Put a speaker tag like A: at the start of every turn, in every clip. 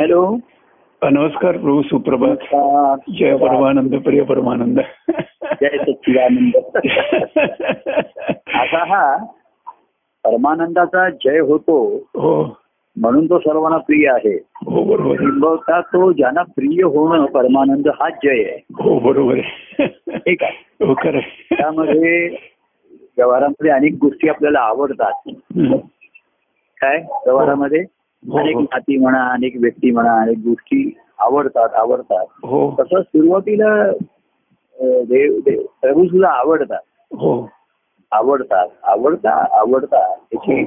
A: Hello
B: नमस्कार प्रभू सुप्रभात जय परमानंद प्रिय परमानंद
A: जय सच्चिदानंद असा हा परमानंदाचा जय होतो
B: हो
A: म्हणून तो सर्वांना प्रिय आहे
B: हो बरोबर आहे.
A: किंबहुता तो ज्यांना प्रिय होणं परमानंद हा जय आहे
B: हो बरोबर आहे
A: ठीक आहे
B: हो खरं आहे.
A: त्यामध्ये व्यवहारामध्ये अनेक गोष्टी आपल्याला आवडतात
B: हम्म.
A: काय व्यवहारामध्ये
B: हो,
A: अनेक
B: हो.
A: नाती म्हणा अनेक व्यक्ती म्हणा अनेक गोष्टी आवडतात आवडतात
B: हो
A: तसं सुरुवातीला अं, देव देव प्रभू सुद्धा आवडतात
B: हो
A: आवडतात आवडता आवडतात
B: हो,
A: त्याची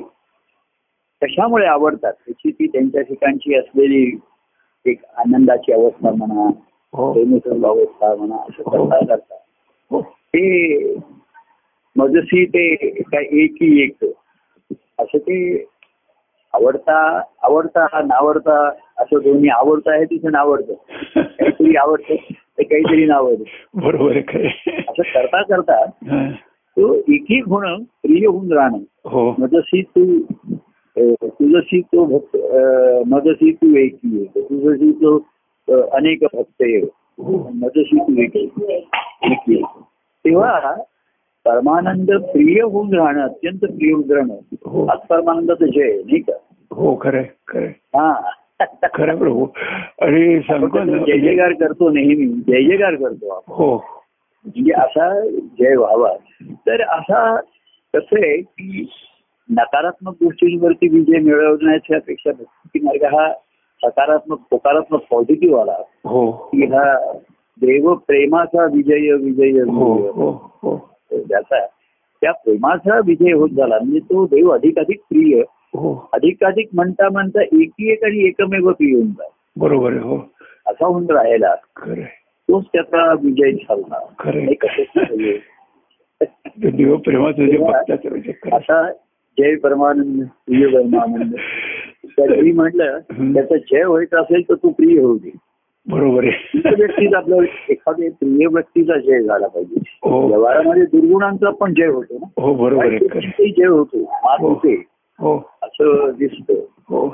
A: कशामुळे आवडतात त्याची ती त्यांच्या ठिकाणची असलेली एक आनंदाची अवस्था म्हणा
B: हो
A: प्रेमसर्व अवस्था म्हणा असं
B: हो.
A: करता करता
B: हो
A: ते मजसी ते काय एकी एक असं ते आवडता आवडता नावडता असं दोन्ही आवडता आहे तिथे नावडतं काहीतरी आवडतं ते काहीतरी नावडतं
B: बरोबर आहे खरं आहे.
A: असं करता करता
B: हा.
A: तो एकी होणं प्रिय होऊन राहणं
B: हो
A: मदसी तू अ, तुझसी तो भक्त अ, मदसी तू एकी एक तुझसी तो अ, अनेक भक्त एक
B: हो
A: मदसी तू एकी एकी एक. तेव्हा परमानंद प्रिय होऊन राहणं अत्यंत प्रिय होऊन राहणं
B: हो
A: आज परमानंदाचं जय आहे, नाही का
B: हो खरं आहे, खरं आहे.
A: हा
B: खरं आहे प्रभू आणि सांगतो
A: आपण
B: ना
A: जय जयकार करतो नेहमी जय जयकार करतो आपण
B: हो
A: म्हणजे असा जय व्हावा तर असा कसं आहे की नकारात्मक गोष्टींवरती विजय मिळवण्याच्या पेक्षा भक्ती मार्ग हा सकारात्मक होकारात्मक पॉझिटिव्ह आला
B: हो
A: की हा देव प्रेमाचा विजय विजय
B: हो
A: विजय
B: हो हो
A: ज्याचा त्या प्रेमाचा विजय होत झाला म्हणजे तो देव अधिकाधिक प्रिय
B: हो
A: अधिकाधिक म्हणता म्हणता एकी एक आणि एकमेव प्रिय होऊन जाईल
B: बरोबर आहे हो
A: असा होऊन राहिला
B: खरं आहे,
A: तोच त्याचा विजय ठरला
B: खरं
A: नाही
B: आहे.
A: कसं झालं?
B: ते देव प्रेमाचं जे भक्ताचं म्हणजे खरं
A: असा जय परमानंद प्रिय परमानंद तर मी म्हटलं
B: हम्म.
A: त्याचा जय व्हायचा असेल तर तू प्रिय होऊ दे
B: बरोबर
A: त्या
B: आहे
A: व्यक्तीचा आपल्या एखाद्या प्रिय व्यक्तीचा जय झाला पाहिजे
B: हो
A: व्यवहारामध्ये दुर्गुणांचा पण जय होतो ना
B: हो बरोबर आहे खरं आहे.
A: ते जय होतो मात
B: हो.
A: होते
B: हो
A: असं दिसतं
B: हो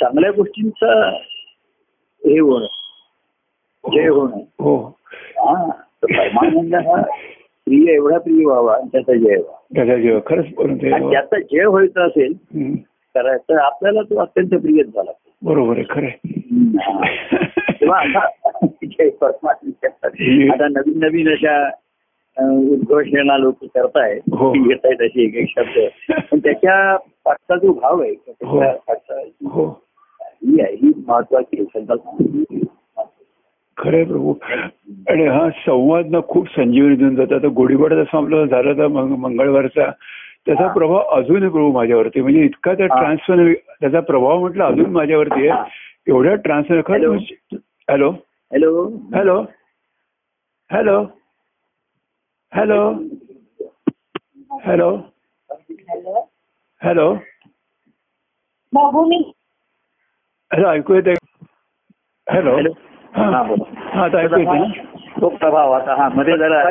A: चांगल्या गोष्टींचा हे होणं जय होणं
B: हो
A: हा तर परमानंद हा प्रिय एवढा प्रिय व्हावा आणि त्याचा जय व्हावा
B: त्याचा जीव खरंच बरोबर
A: आणि
B: आहे.
A: त्याचा जय व्हायचा असेल
B: हम्म.
A: करायचं आपल्याला तो अत्यंत प्रिय झाला
B: बरोबर आहे खरं आहे.
A: तेव्हा आता जय परमात्मा आता नवीन नवीन अशा अ, उद्घोषणा लोक करतायत
B: हो.
A: ती घेत आहेत अशी एक एक शब्द पण त्याच्या पाठचा जो भाव आहे
B: हो.
A: त्याच्या पाठचा
B: हो
A: ही आहे ही महत्वाची आहे संकल्पना
B: खरं आहे प्रभू आणि हा संवाद ना खूप संजीवनी देऊन जातो आता गोडीगोडा जसा आपला झाला तर मंगळवारचा त्याचा
A: हा.
B: प्रभाव अजून आहे प्रभू माझ्यावरती म्हणजे इतका त्या
A: हा.
B: ट्रान्सफर त्याचा प्रभाव म्हटलं अजून माझ्यावरती आहे एवढ्या ट्रान्सफर
A: हॅलो.
B: खरं hello
A: hello
B: hello hello hello hello
C: hello
B: hello
C: बघू मी
B: हॅलो ऐकू येते हॅलो
A: हॅलो.
B: हा
A: हा, बोला.
B: हा, आता ऐकू येते ना
A: तो प्रभाव आता हा मध्ये जरा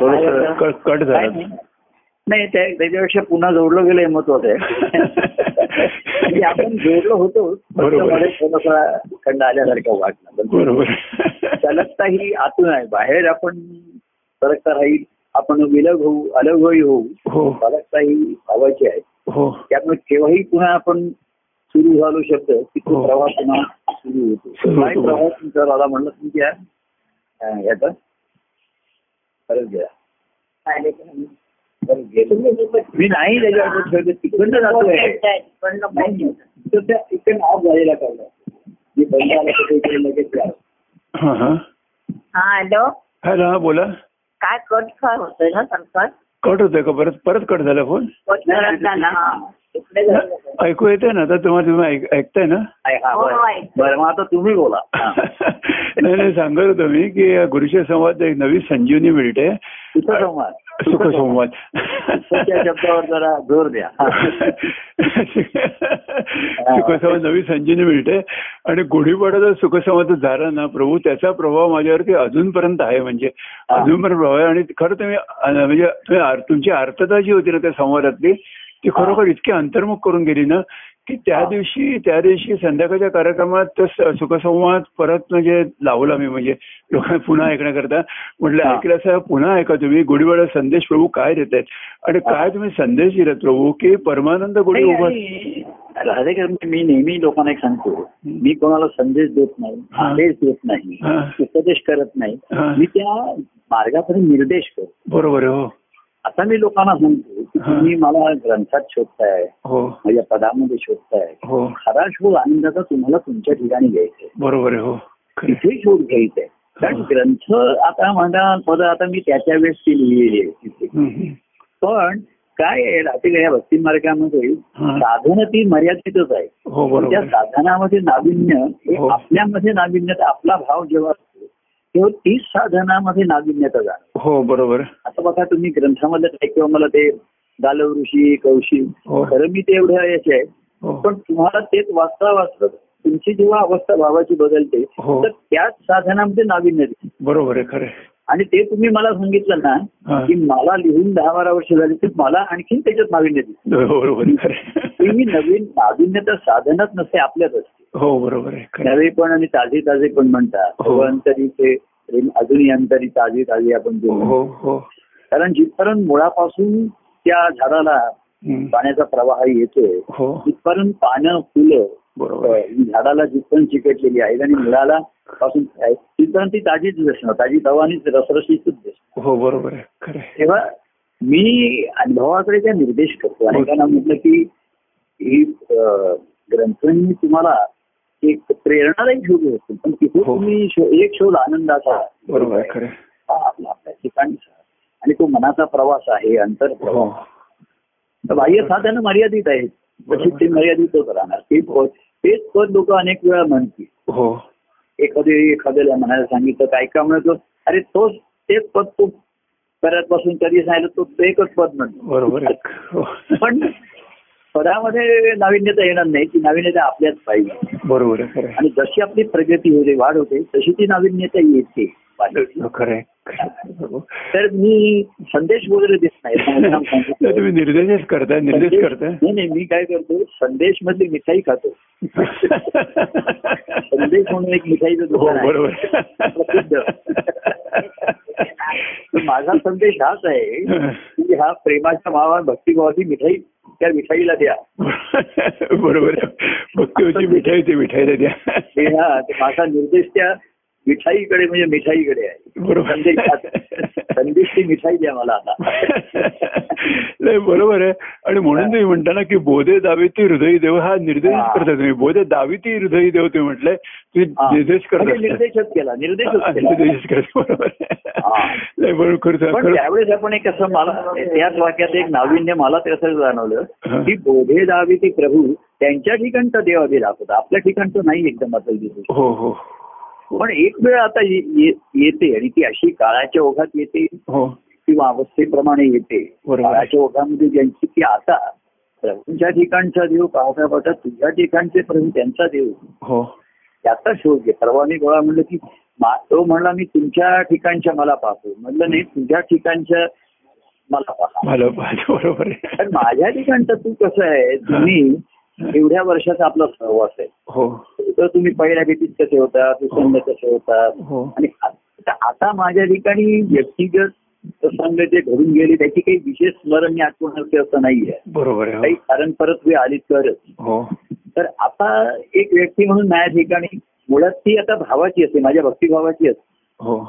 A: थोडंसं-
B: क- कट
A: काय
B: झाला
A: नाही. नाही त्या- त्याच्यापेक्षा पुन्हा जोडलं गेलं हे महत्वाचं आहे म्हणजे आपण जोडलो होतो फक्त
B: बरोबर.
A: मध्ये थोडासा खंड आल्यासारखा वाटला पण
B: बरोबर
A: सलगता ही आतून आहे बाहेर आपण सरकता राहील आपण विलग होऊ अलगही होऊ
B: हो
A: सलगता ही भावाची आहे
B: हो
A: त्यामुळे केव्हाही पुन्हा आपण सुरू झालो शब्द की तो
B: हो.
A: प्रवास पुन्हा सुरू
B: सुरू
A: होतो
B: होतो.
A: काय प्रवास तुमचा झाला म्हणलं तुमच्या अं, याचा परत घ्या परत गेलो मी नाही त्याच्यावर ठेवलं तिकडनं जातोय नाही तर त्या इकडनं ऑफ झालेला कळला मी बंद आला तर इकडे लगेच जावं.
B: हा हा
C: हा हॅलो
B: हॅलो हा बोला
C: काय कट काय होतोय ना सरकार
B: कट होतोय का परत परत कट झाला फोन
C: कट करत जा ना हा. इकडे जा.
B: ऐकू येते ना आता तुम्हाला तुम्ही ऐक- ऐकताय ना
A: आहे, हा,
C: हो,
A: बरं.
C: आहे.
A: बरं मग आता तुम्ही बोला हा.
B: नाही नाही सांगत होतो मी की गुरुशे संवाद एक नवी संजीवनी मिळते
A: सुखसंवाद संवाद
B: सुख संवाद
A: त्या शब्दावर जरा जोर द्या हा.
B: सुखसंवाद नवी संजीवनी मिळते आणि गुढीपाडाचा सुखसंवाद झाला ना प्रभू त्याचा प्रभाव माझ्यावरती अजूनपर्यंत आहे म्हणजे अजूनपर्यंत प्रभाव आहे आणि खरं तुम्ही अं, म्हणजे तुम्ही आर- तुमची आर्थता जी होती ना त्या संवादातली ती खरोखर इतकी अंतर्मुख करून गेली ना की त्या दिवशी त्या दिवशी संध्याकाळच्या कार्यक्रमात तर स- सुखसंवाद परत म्हणजे लावला मी म्हणजे लोकांना पुन्हा ऐकण्याकरता म्हटलं
A: हा.
B: ऐकलं असं पुन्हा ऐका तुम्ही गुढीवाडा संदेश प्रभू काय देत आहेत आणि
A: हा.
B: काय तुम्ही संदेश दिलात प्रभू की परमानंद गुढी
A: नाही,
B: उभा
A: आणि राधेकर मी नेहमी लोकांना एक सांगतो मी कोणाला संदेश देत नाही
B: हा.
A: आदेश देत नाही
B: हा.
A: उपदेश करत नाही
B: हा.
A: मी त्या मार्गापर्यंत निर्देश करतो
B: बरोबर आहे हो
A: आता मी लोकांना सांगतो की
B: हा.
A: तुम्ही मला ग्रंथात शोधताय
B: हो
A: माझ्या पदामध्ये शोधताय
B: हो
A: खरा शोध आनंदाचा तुम्हाला तुमच्या ठिकाणी घ्यायचा आहे.
B: बरोबर आहे हो खरं आहे.
A: तिथे शोध घ्यायचा आहे कारण
B: हा.
A: ग्रंथ आता म्हणा पद आता मी त्याच्या वेळेस ती लिहिलेली आहे तिथे
B: हम्म, हम्म.
A: पण काय आहे रात्री या भक्ती मार्गामध्ये
B: हा.
A: साधन ती मर्यादितच आहे
B: हो बरोबर
A: त्या
B: आहे.
A: साधनामध्ये नाविन्य हे
B: हो.
A: आपल्यामध्ये नाविन्य आपला भाव जेव्हा असतो तेव्हा तीच साधनामध्ये नाविन्यता जाणं
B: हो बरोबर आहे.
A: आता बघा तुम्ही ग्रंथामध्ये काय किंवा मला ते गालव ऋषी कौशिक
B: हो.
A: खरं मी ते एवढं याचे आहे
B: हो
A: पण तुम्हाला तेच वाचता वाचता तुमची जेव्हा अवस्था भावाची बदलते
B: हो.
A: तर त्याच साधनामध्ये नाविन्य दिसते
B: बरोबर आहे खरे
A: आणि ते तुम्ही मला सांगितलं
B: हा.
A: ना की मला लिहून दहा बारा वर्ष झाली तर मला आणखीन त्याच्यात नाविन्य दिसते
B: बरोबर आहे, खरं
A: ते मी
B: आहे.
A: नवीन नाविन्यता साधनच नसते आपल्यात असते
B: हो बरोबर आहे खरं आहे.
A: नवे पण आणि ताजे ताजे पण म्हणतात
B: हो.
A: सर्व अंतरीचे प्रेम अजूनही अंतरी ताजे ताजे आपण जे म्हणतो.
B: हो हो
A: कारण जिथपर्यंत मुळापासून त्या झाडाला
B: हम्म.
A: पाण्याचा प्रवाह येतोय
B: हो
A: तिथपर्यंत पानं फुलं
B: बरोबर आहे.
A: अं, झाडाला जिथपर्यंत चिकटलेली आहेत आणि मुळाला पासून आहे, तिथपर्यंत ती ताजीच दिसणार ताजी दवानीच रसरशीतच दिसणार
B: हो बरोबर आहे खरं आहे.
A: तेव्हा मी अनुभवाकडे त्या निर्देश करतो
B: हो.
A: अनेकांना म्हटलं की ही अं, ग्रंथांनी तुम्हाला एक प्रेरणादायी शोध असतो पण तिथे
B: हो.
A: तुम्ही शो- एक शोध आनंदाचा
B: बरोबर आहे खरं आहे.
A: हा आपला आपल्या ठिकाणचा आणि तो मनाचा प्रवास आहे अंतर
B: हो
A: प्रवास तर बाह्य साधनं मर्यादित आहेत तशी ते मर्यादितच राहणार ते पद तेच पद लोक अनेक वेळा म्हणतील
B: हो
A: एखादे एखाद्याला म्हणायला सांगितलं काय का म्हणतो अरे तोच तेच पद तू परत पासून कधी सांगितलं तो ते एकच पद म्हणतो
B: बरोबर आहे हो.
A: पण पदामध्ये नाविन्यता येणार नाही ती नाविन्यता आपल्याच पाहिजे
B: बरोबर आहे खरं आहे.
A: आणि जशी आपली प्रगती होते वाढ होते तशी ती नाविन्यता येते
B: हो, खरं आहे खरं आहे.
A: तर मी संदेश वगैरे देत नाही पण आपण
B: नाही, तुम्ही निर्देशच करताय निर्देश करताय
A: नाही नाही मी काय करतो संदेश मधली मिठाई खातो संदेश म्हणून एक मिठाईचं
B: हो
A: दुकान आहे
B: बरोबर
A: प्रसिद्ध. तर माझा संदेश हाच आहे की हा प्रेमाच्या भावात भक्तिभावाची मिठाई त्या मिठाईला द्या
B: बरोबर आहे. भक्तीवरची मिठाई ती मिठाईला
A: हे
B: द्या
A: हा ते माझा निर्देश त्या मिठाईकडे म्हणजे मिठाईकडे आहे
B: बरोबर
A: संदेश हाच- संदेश ती मिठाई द्या मला आता
B: नाही बरोबर आहे आणि म्हणून तुम्ही म्हणताना की बोधे दाविती हृदय देव हा निर्देश
A: हा.
B: करता तुम्ही बोधे दाविती हृदय देव तुम्ही म्हटलंय तुम्ही
A: हा.
B: निर्देश करता
A: म्हणजे निर्देशच केला निर्देशच केला
B: निर्देश करता बरोबर
A: हा.
B: नाही बरोबर खरं
A: पण
B: खरं
A: त्यावेळेस आपण एक असं मला त्याच वाक्यात एक नाविन्य मला ते असं
B: हा.
A: जाणवलं की बोधे दावी ते प्रभू त्यांच्या ठिकाणचा देव आधी दाखवतो आपल्या ठिकाणचं नाही एकदम असं दिसू
B: हो हो
A: पण एक वेळ आता ये- ये- येते आणि ती अशी काळाच्या ओघात येते
B: हो
A: किंवा अवस्थेप्रमाणे येते
B: बरोबर.
A: काळाच्या ओघामध्ये ज्यांची ती आता प्रभूंच्या ठिकाणचा देव पाहता पाहता तुझ्या ठिकाणचे प्रभू त्यांचा देव
B: हो
A: त्याचा शोध घे परवानी गोळा म्हणलं की मा- तो म्हणला मी तुमच्या ठिकाणच्या मला पाहतो म्हणलं नाही तुझ्या ठिकाणच्या मला पाहा
B: मला पाहिजे बरोबर आहे
A: पण माझ्या ठिकाणचं तू कसं आहे तुम्ही एवढ्या वर्षाचा आपला सहवास आहे
B: हो
A: तर तुम्ही पहिल्या भेटीत कसे होता दुसऱ्यांदा कसे
B: हो.
A: होता आणि आ- आता माझ्या ठिकाणी व्यक्तिगत प्रसंग जे घडून गेले त्याची काही विशेष स्मरण मी आठवण असते असं नाहीये
B: बरोबर आहे
A: काही कारण परत वेळ आली तरच
B: हो
A: तर आता एक व्यक्ती म्हणून माझ्या ठिकाणी मुळात ती आता भावाची असते माझ्या भक्तिभावाची असते
B: हो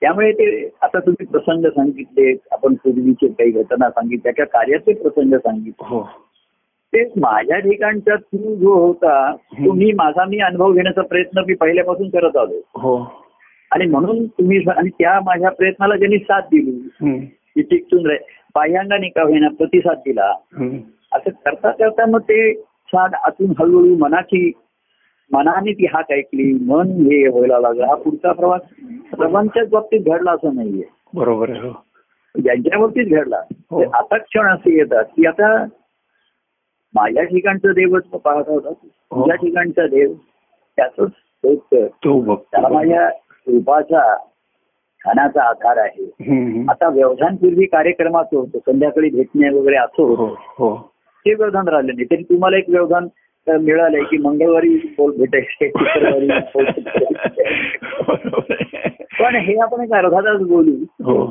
A: त्यामुळे ते आता तुम्ही प्रसंग सांगितले आपण पूर्वीचे काही घटना सांगितल्या त्या कार्याचे प्रसंग सांगितले
B: हो
A: तेच माझ्या ठिकाणचा तू जो होता तो मी माझा मी अनुभव घेण्याचा प्रयत्न मी पहिल्यापासून करत आलो
B: हो
A: आणि म्हणून तुम्ही आणि त्या माझ्या प्रयत्नाला ज्यांनी साथ दिली
B: हम्म.
A: ती टिकून राहील बाह्यांगाने का होईना प्रतिसाद दिला
B: हम्म.
A: असं करता करता मग ते साध आतून हळूहळू मनाची मनाने ती हाक ऐकली मन हे व्हायला लागलं हा पुढचा प्रवास सर्वांच्याच बाबतीत घडला असं नाहीये
B: बरोबर आहे हो
A: ज्यांच्या बाबतीत घडला
B: हो.
A: ते आता क्षण असे येतात की आता माझ्या ठिकाणचं देवच पाहत होता तुझ्या
B: हो.
A: ठिकाणचा देव त्याच त्याला
B: तो बघतो
A: माझ्या रूपाचा खानाचा आधार आहे
B: हम्म.
A: आता व्यवधानपूर्वी कार्यक्रमाचं होतं संध्याकाळी भेटणे वगैरे असं होतं
B: हो हो
A: ते व्यवधान राहिले नाही तरी तुम्हाला एक व्यवधान तर मिळालंय की मंगळवारी बोल भेटायचे शुक्रवारी बोल भेटायचे.
B: बरोबर आहे.
A: पण हे आपण एक अर्धा तास बोलू
B: हो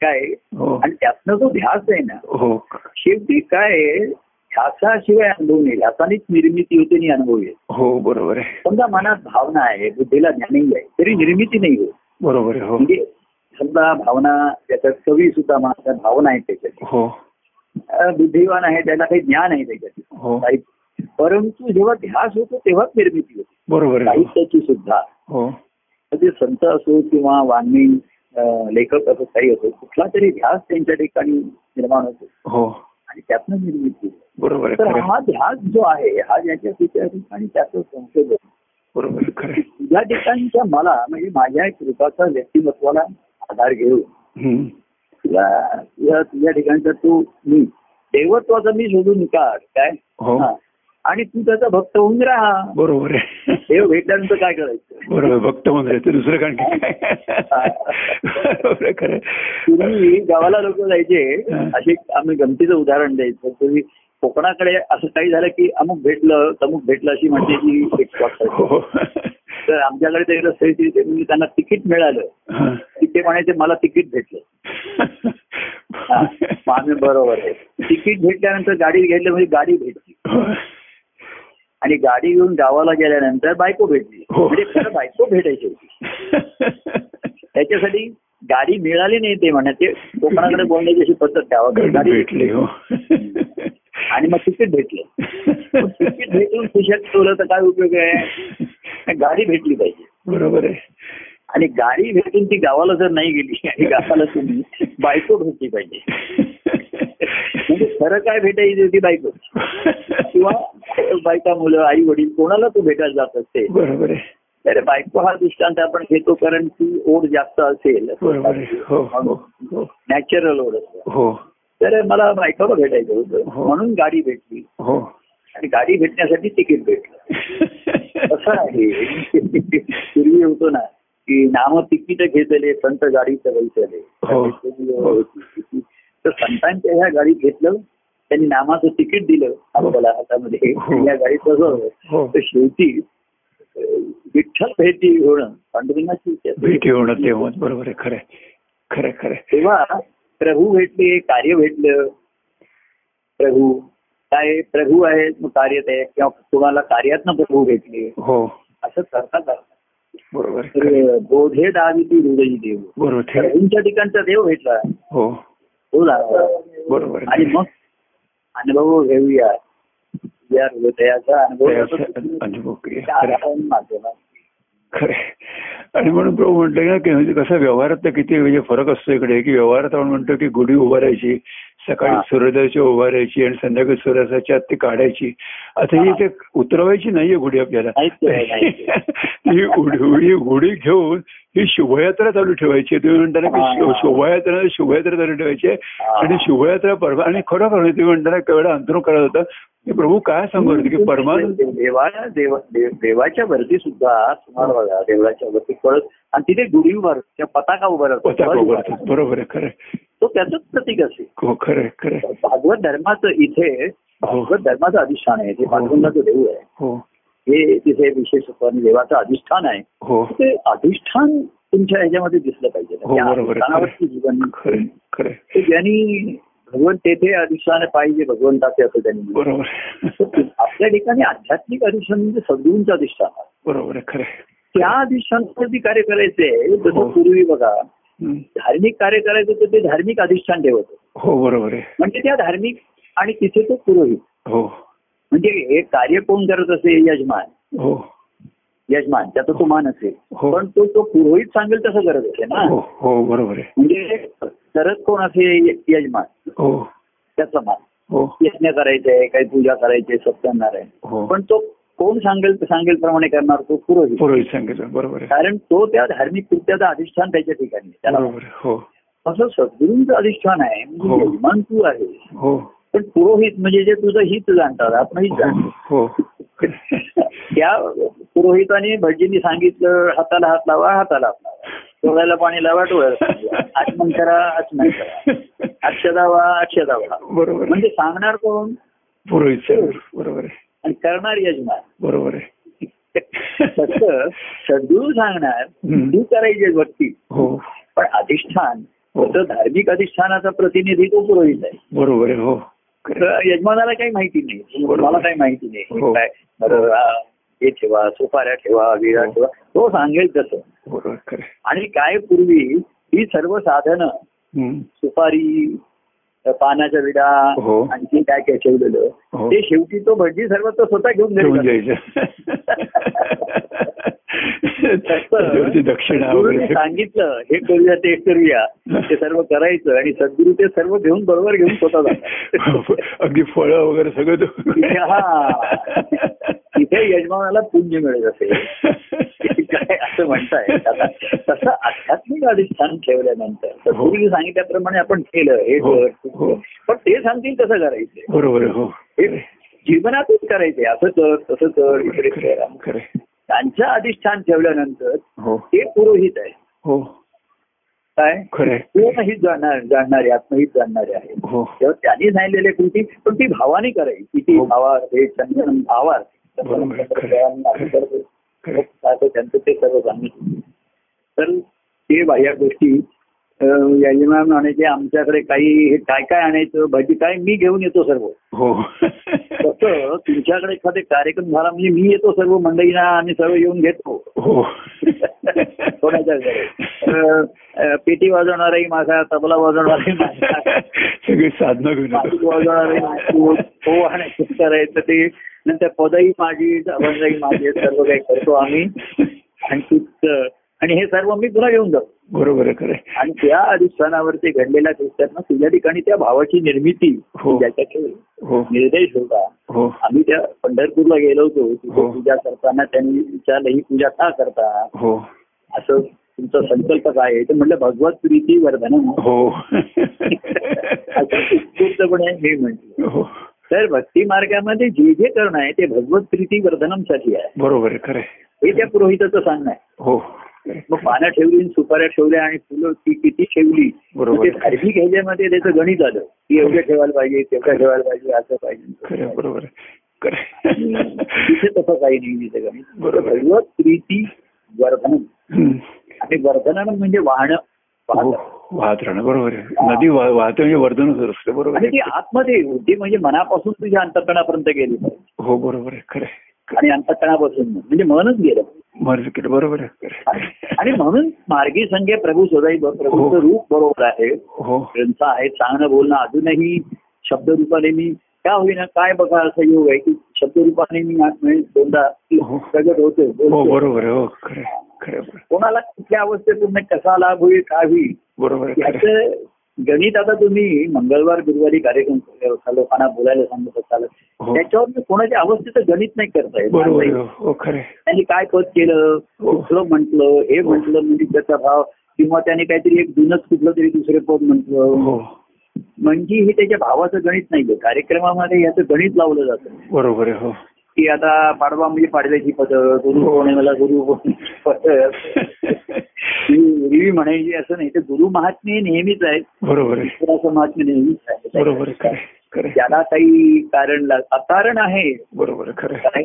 A: काय
B: हो
A: आणि त्यातनं जो ध्यास आहे ना
B: हो
A: शेवटी काय आहे, ध्यासाशिवाय अनुभव नाही ध्यासानेच निर्मिती होते आणि अनुभव येतो
B: हो बरोबर आहे
A: समजा मनात भावना आहे बुद्धीला ज्ञानही आहे तरी निर्मिती नाही होत
B: बरोबर आहे हो
A: म्हणजे समजा भावना त्याच्यात कवी सुद्धा मनाच्या भावना आहेत त्याच्यात
B: हो
A: अं, बुद्धिवान आहे त्याला काही ज्ञान आहे त्याच्यात
B: हो
A: साहित्य परंतु जेव्हा ध्यास होतो तेव्हाच निर्मिती होते
B: बरोबर आहे हो.
A: साहित्याची सुद्धा
B: हो
A: म्हणजे संत असो किंवा वाङ्मयीन अं, लेखक असो काही असो कुठला तरी ध्यास त्यांच्या ठिकाणी निर्माण होतो
B: हो
A: आणि त्यातनं निर्मिती होते.
B: बरोबर आहे
A: तर
B: खरं आहे.
A: हा ध्यास जो आहे हा ज्याच्या तिच्या ठिकाणी त्याचं संशोधन
B: बरोबर आहे, खरं आहे.
A: या ठिकाणच्या मला म्हणजे माझ्या कृपाचा व्यक्तिमत्वाला आधार घेऊन
B: हम्म.
A: तुला तुला तुझ्या ठिकाणचा तू मी देवत्वाचा मी शोधून काढ काय
B: हो.
A: हा. आणि तू त्याचा भक्त होऊन राहा
B: बरोबर आहे
A: देव भेटल्यानंतर काय करायचं
B: बरोबर भक्त म्हणजे ते दुसरं कारण काय बरोबर आहे, खरं आहे.
A: पूर्वी गावाला लोक जायचे
B: हा.
A: असे आम्ही गमतीचं उदाहरण द्यायचं पूर्वी कोकणाकडे असं काही झालं की अमुक भेटलं तमुक भेटलं अशी म्हणण्याची म्हणजे एक गोष्ट आहे.
B: हो
A: तर आमच्याकडे ते रस्त्याची ते म्हणजे त्यांना तिकीट मिळालं
B: हा.
A: की ते म्हणायचे मला तिकीट भेटलं हा. मग आम्ही बरोबर आहे तिकीट भेटल्यानंतर गाडी घेतली म्हणजे गाडी भेटली
B: हो.
A: आणि गाडी घेऊन गावाला गेल्यानंतर बायको भेटली
B: हो.
A: म्हणजे खरं बायको भेटायची होती त्याच्यासाठी गाडी मिळाली नाही ते म्हणायचे कोकणाकडे बोलण्याची अशी पद्धत गावाकडे
B: गाडी
A: गाडी
B: भेटली हो
A: आणि मग तिकीट भेटलं मग तिकीट भेटून खिशात ठेवलं तर काय उपयोग आहे गाडी भेटली पाहिजे
B: बरोबर आहे
A: आणि गाडी भेटून ती गावाला जर नाही गेली आणि गावाला तुम्ही बायको भेटली पाहिजे म्हणजे खरं काय भेटायची होती बायको किंवा बायका मुलं आई वडील कोणाला तू भेटायला जात असते
B: बरोबर आहे
A: तर बायको हा दृष्टांत आपण घेतो कारण ती ओढ जास्त असेल
B: बरोबर आहे हो हो हो
A: नॅचरल ओढ असते
B: हो
A: तर मला बायकोला भेटायचं होतं
B: हो.
A: म्हणून गाडी भेटली
B: हो
A: आणि गाडी भेटण्यासाठी तिकीट भेटलं असं आहे पूर्वी होतो ना की नाम तिकीट घेतले संत गाडीचं वैसले
B: हो. हो.
A: तर संतांच्या ह्या गाडीत घेतलं त्यांनी नामाचं तिकीट दिलं आपल्याला हातामध्ये
B: हो.
A: या गाडीत
B: हो.
A: बसवलं तर शेवटी अं, विठ्ठल भेटी होणं पांडुरंगाची इच्छा असते.
B: भेटी होणं ते होत बरोबर आहे खरं आहे. खरं आहे, खरं आहे.
A: तेव्हा प्रभू भेटले कार्य भेटलं प्रभू काय प्रभू आहेत मग कार्य ते किंवा तुम्हाला कार्यातनं प्रभू भेटले
B: हो
A: असं करता करता
B: बरोबर आहे, खरं आहे.
A: तर बोधे दावी ती हृदयी देव
B: बरोबर आहे.
A: प्रभूंच्या ठिकाणचा देव भेटला
B: हो
A: तो लागला
B: बरोबर आहे.
A: आणि मग अनुभव घेऊया या हृदयाचा अनुभव
B: त्याचा अनुभव क्रिया.
A: त्या
B: खरं आहे,
A: आराम माध्यमात
B: खरं आहे. आणि म्हणून प्रभू म्हटलं ना की म्हणजे कसं व्यवहारात तर किती म्हणजे फरक असतो इकडे की व्यवहारात आपण म्हणतो की गुढी उभारायची सकाळी
A: हा.
B: सूर्योदयाची उभारायची आणि संध्याकाळी सूर्यासाची आत ती काढायची आता ही
A: हा.
B: ते उतरवायची नाहीये गुढी आपल्याला
A: नाहीच आहे, नाहीच
B: ही उडी उडी गुढी घेऊन ही शोभायात्रा चालू ठेवायची तुम्ही म्हणताना की शो-
A: हा.
B: शोभायात्रा शोभायात्रा चालू ठेवायची
A: हा.
B: आणि शोभायात्रा परवा आणि खरं खरं तुम्ही म्हणताना केवढा अंतरुण करत होता की प्रभू काय सांगत होते की परमानंद
A: देवाला देव- देव- देवाच्या वरती सुद्धा तुम्हाला बघा देवळाच्या वरती कळत आणि तिथे गुढी उभार पताका उभा राहतो
B: पताका उभा राहतो. बरोबर आहे खरं आहे.
A: तो त्याचंच प्रतीक असेल
B: हो खरं आहे, खरं आहे.
A: भागवत धर्माचं इथे
B: हो.
A: भागवत धर्माचं अधिष्ठान आहे ते
B: हो.
A: पांडुरंगाचं देऊळ आहे
B: हो
A: हे तिथे विशेष रूपाने देवाचं अधिष्ठान आहे
B: हो
A: ते अधिष्ठान तुमच्या ह्याच्यामध्ये दिसलं पाहिजे
B: हो,
A: त्या
B: बरोबर आहे.
A: अधिष्ठानावरती जीवन
B: खरं आहे, खरं आहे.
A: ते ज्यांनी भगवंत तेथे अधिष्ठान पाहिजे भगवंताचे असं त्यांनी म्हटलं.
B: बरोबर आहे.
A: आपल्या ठिकाणी आध्यात्मिक अधिष्ठान म्हणजे सद्गुरूंचं अधिष्ठान आहे.
B: बरोबर आहे खरं आहे.
A: त्या अधिष्ठानावरती कार्य करायचे
B: हो.
A: जसं पूर्वी बघा
B: हम्म.
A: धार्मिक कार्य करायचं तर ते धार्मिक अधिष्ठान ठेवत होते.
B: हो बरोबर आहे
A: म्हणजे त्या धार्मिक आणि तिथे तो पुरोहित
B: हो
A: म्हणजे हे कार्य कोण करत असे यजमान
B: हो
A: यजमान त्याचा तो मान असेल
B: हो.
A: पण तो तो पुरोहित सांगेल तसं करत असे ना
B: हो हो बरोबर आहे
A: म्हणजे करत कोण असे य- यजमान
B: हो
A: त्याचा मान
B: हो
A: यज्ञ करायचे काही पूजा करायचे
B: हो.
A: सत्कारणारायण पण तो कोण सांगेल सांगेल प्रमाणे करणार तो पुरोहित
B: पुरोहित सांगितलं बरोबर आहे
A: कारण तो त्या धार्मिक कृत्याचं अधिष्ठान त्याच्या ठिकाणी आहे. त्याला
B: बरोबर आहे. हो
A: असं सद्गुरूंचं अधिष्ठान आहे
B: हो.
A: म्हणजे यजमान तू आहे
B: हो
A: पण पुरोहित म्हणजे जे तुझं हित जाणतात आपण हित
B: हो
A: जाणतो
B: हो
A: त्या पुरोहिताने भटजींनी सांगितलं हाताला हात लावा हाताला हात लावा डोळ्याला पाणी लावा डोळ्याला पाणी लावा. आचमन करा आचमन करा अक्षदावा अक्षदावा
B: बरोबर आहे.
A: म्हणजे सांगणार कोण
B: पुरोहित सांगितलं. बरोबर आहे
A: आणि करणार यजमान
B: बरोबर आहे
A: तसं सद्गुरू सांगणार
B: हम्म.
A: तू करायची भक्ती
B: हो
A: पण अधिष्ठान
B: हो.
A: तसं धार्मिक अधिष्ठानाचा प्रतिनिधी तो पुरोहित आहे
B: बरोबर आहे हो
A: तर यजमानाला काही माहिती नाही
B: बरोबर.
A: मला काही माहिती नाही
B: हो.
A: काय बरोबर, हा, हे ठेवा सुपाऱ्या ठेवा विरा
B: हो.
A: ठेवा तो सांगेल तसं
B: बरोबर खरं आहे.
A: आणि काय पूर्वी ही सर्व साधनं
B: हम्म.
A: सुपारी पानाच्या विडा
B: हो.
A: आणखी काय काय ठेवलेलं
B: हो.
A: ते शेवटी तो भटजी सर्व तो स्वतः घेऊन
B: घेऊन
A: घरी
B: जायचं
A: तसं
B: त्याच्यावरती दक्षिणा
A: गुरुने
B: वगैरे
A: सांगितलं हे करूया ते करूया ते सर्व करायचं आणि सद्गुरु ते सर्व घेऊन बरोबर घेऊन स्वतः जातात
B: अगदी फळं वगैरे सगळं
A: तिथे हा तिथे
B: तो
A: यजमानाला पुण्य मिळत असेल काय असं म्हणताय आता तसं आध्यात्मिक अधिष्ठान ठेवल्यानंतर तर
B: हो.
A: गुरुजी सांगितल्याप्रमाणे आपण केलं हे
B: हो,
A: कर ते
B: हो.
A: कर. पण ते सांगतील कसं करायचं
B: बरोबर आहे, हो
A: हे जीवनातच करायचंय असं कर तसं कर इकडे कर
B: खरे
A: त्यांचं अधिष्ठान ठेवल्यानंतर
B: हो
A: ते पुरोहित आहे
B: हो
A: काय
B: खरे
A: पूर्ण हीच जाणणार जाणणारे आत्महीच जाणणारे आहे
B: हो
A: तेव्हा त्यांनी सांगितलेली कृती पण ती भावाने करायची किती
B: हो.
A: भावार हे चंदन भावार
B: बरोबर. खरं. खरं.
A: त्यांचं ते सर्व सांगितलं तर ते बाह्य गोष्टी अं, यायला म्हणायचे आमच्याकडे काही हे काय काय आणायचं भाजी काय मी घेऊन येतो सर्व
B: हो
A: तसं तुमच्याकडे एखादे कार्यक्रम झाला म्हणजे मी येतो सर्व मंडळींना आणि सर्व येऊन घेतो
B: हो
A: कोणाच्या घरी? अं, अं, पेटी वाजवणाराही माझा तबला वाजवणाराही माझा
B: सगळी साधनं घेऊन
A: मासिक
B: येतो.
A: वाजवणार आहे, मासिक हो आणि खूप करायचं ते नंतर पदही माझी अभंगही माझी सर्व काही करतो आम्ही आणि तूच आणि हे सर्व मी पुन्हा घेऊन जातो
B: बरोबर आहे खरे
A: आणि त्या अधिष्ठानावरती घडलेल्या गोष्टींना तुझ्या ठिकाणी त्या भावाची निर्मिती
B: हो.
A: ज्याच्यात
B: हो
A: निर्देश होता
B: हो
A: आम्ही त्या पंढरपूरला गेलो होतो तिथे
B: हो.
A: पूजा करताना त्यांनी विचारलं ही पूजा का करता
B: हो
A: असं तुमचा संकल्प काय आहे तर म्हटलं भगवत प्रीती वर्धन
B: हो
A: असं उत्स्फूर्तपणे मी म्हटलं
B: हो
A: तर भक्ती मार्गामध्ये जे जे करणं आहे ते भगवत प्रीती वर्धनमसाठी आहे
B: बरोबर आहे खरे
A: हे त्या पुरोहिताचं सांगणं आहे
B: हो
A: मग पानं ठेवली आणि सुपाऱ्या ठेवल्या आणि फुलं ती किती ठेवली
B: बरोबर.
A: ते धार्मिक ह्याच्यामध्ये त्याचं गणित आलं की एवढे ठेवायला पाहिजे तेवढं ठेवायला पाहिजे असं
B: खरे
A: पाहिजे
B: बरोबर आहे
A: आणि
B: खरे
A: तिथे तसं काही नाही तिथे गणित
B: बरोबर.
A: भगवत प्रीती वर्धन आणि वर्धन म्हणजे वाहणं
B: हो
A: वाहतं.
B: वाहत राहणं बरोबर आहे नदी वा- वाहते म्हणजे वर्धनच असते बरोबर
A: आणि
B: आहे
A: ती आतमध्ये होती म्हणजे मनापासून तुझ्या अंतकणापर्यंत गेली पाहिजे
B: हो बरोबर आहे खरे
A: आणि अंतकणापासून म्हणजे मनच गेलं
B: मर्ज केलं बरोबर आहे खरे
A: आणि म्हणून मार्गी संघे प्रभू सदाई प्रभूचं
B: हो.
A: रूप बरोबर आहे
B: हो
A: ग्रंथ आहेत सांगणं बोलणं अजूनही शब्दरूपाने मी का होईना काय बघा असं योग आहे की शब्दरूपाने मी आज म्हणजे दोनदा
B: हो.
A: प्रगट होते
B: हो
A: बोलते.
B: बरोबर आहे हो खरे खरे
A: कोणाला कुठल्या अवस्थेतून कसा लाभ होईल काय होईल
B: बरोबर आहे खरे
A: याचं गणित आता तुम्ही मंगळवार गुरुवारी कार्यक्रम केले होता, लोकांना बोलायला सांगत असाल
B: हो.
A: त्याच्यावर मी कोणाच्या अवस्थेचं गणित नाही करता येत
B: बरोबर आहे हो. हो खरे
A: त्यांनी काय पद केलं
B: हो.
A: कुठलं म्हटलं हे
B: हो.
A: म्हटलं म्हणजे त्याचा भाव किंवा त्याने काहीतरी एक जुनच कुठलं तरी दुसरे पद म्हटलं
B: हो
A: म्हणजे हे त्याच्या भावाचं गणित नाहीये कार्यक्रमामध्ये याचं गणित लावलं जातं
B: बरोबर आहे हो
A: की आता पाडवा म्हणजे पाडव्याची पद गुरु
B: हो.
A: पौर्णिमेला गुरु गुरुवी म्हणायची असं नाही तर गुरु महात्मे नेहमीच आहेत
B: बरोबर आहे
A: ईश्वराचं महात्म्य नेहमीच आहे
B: बरोबर आहे खरे खरे
A: त्याला काही कारण लाग अकारण आहे
B: बरोबर आहे खरे
A: काय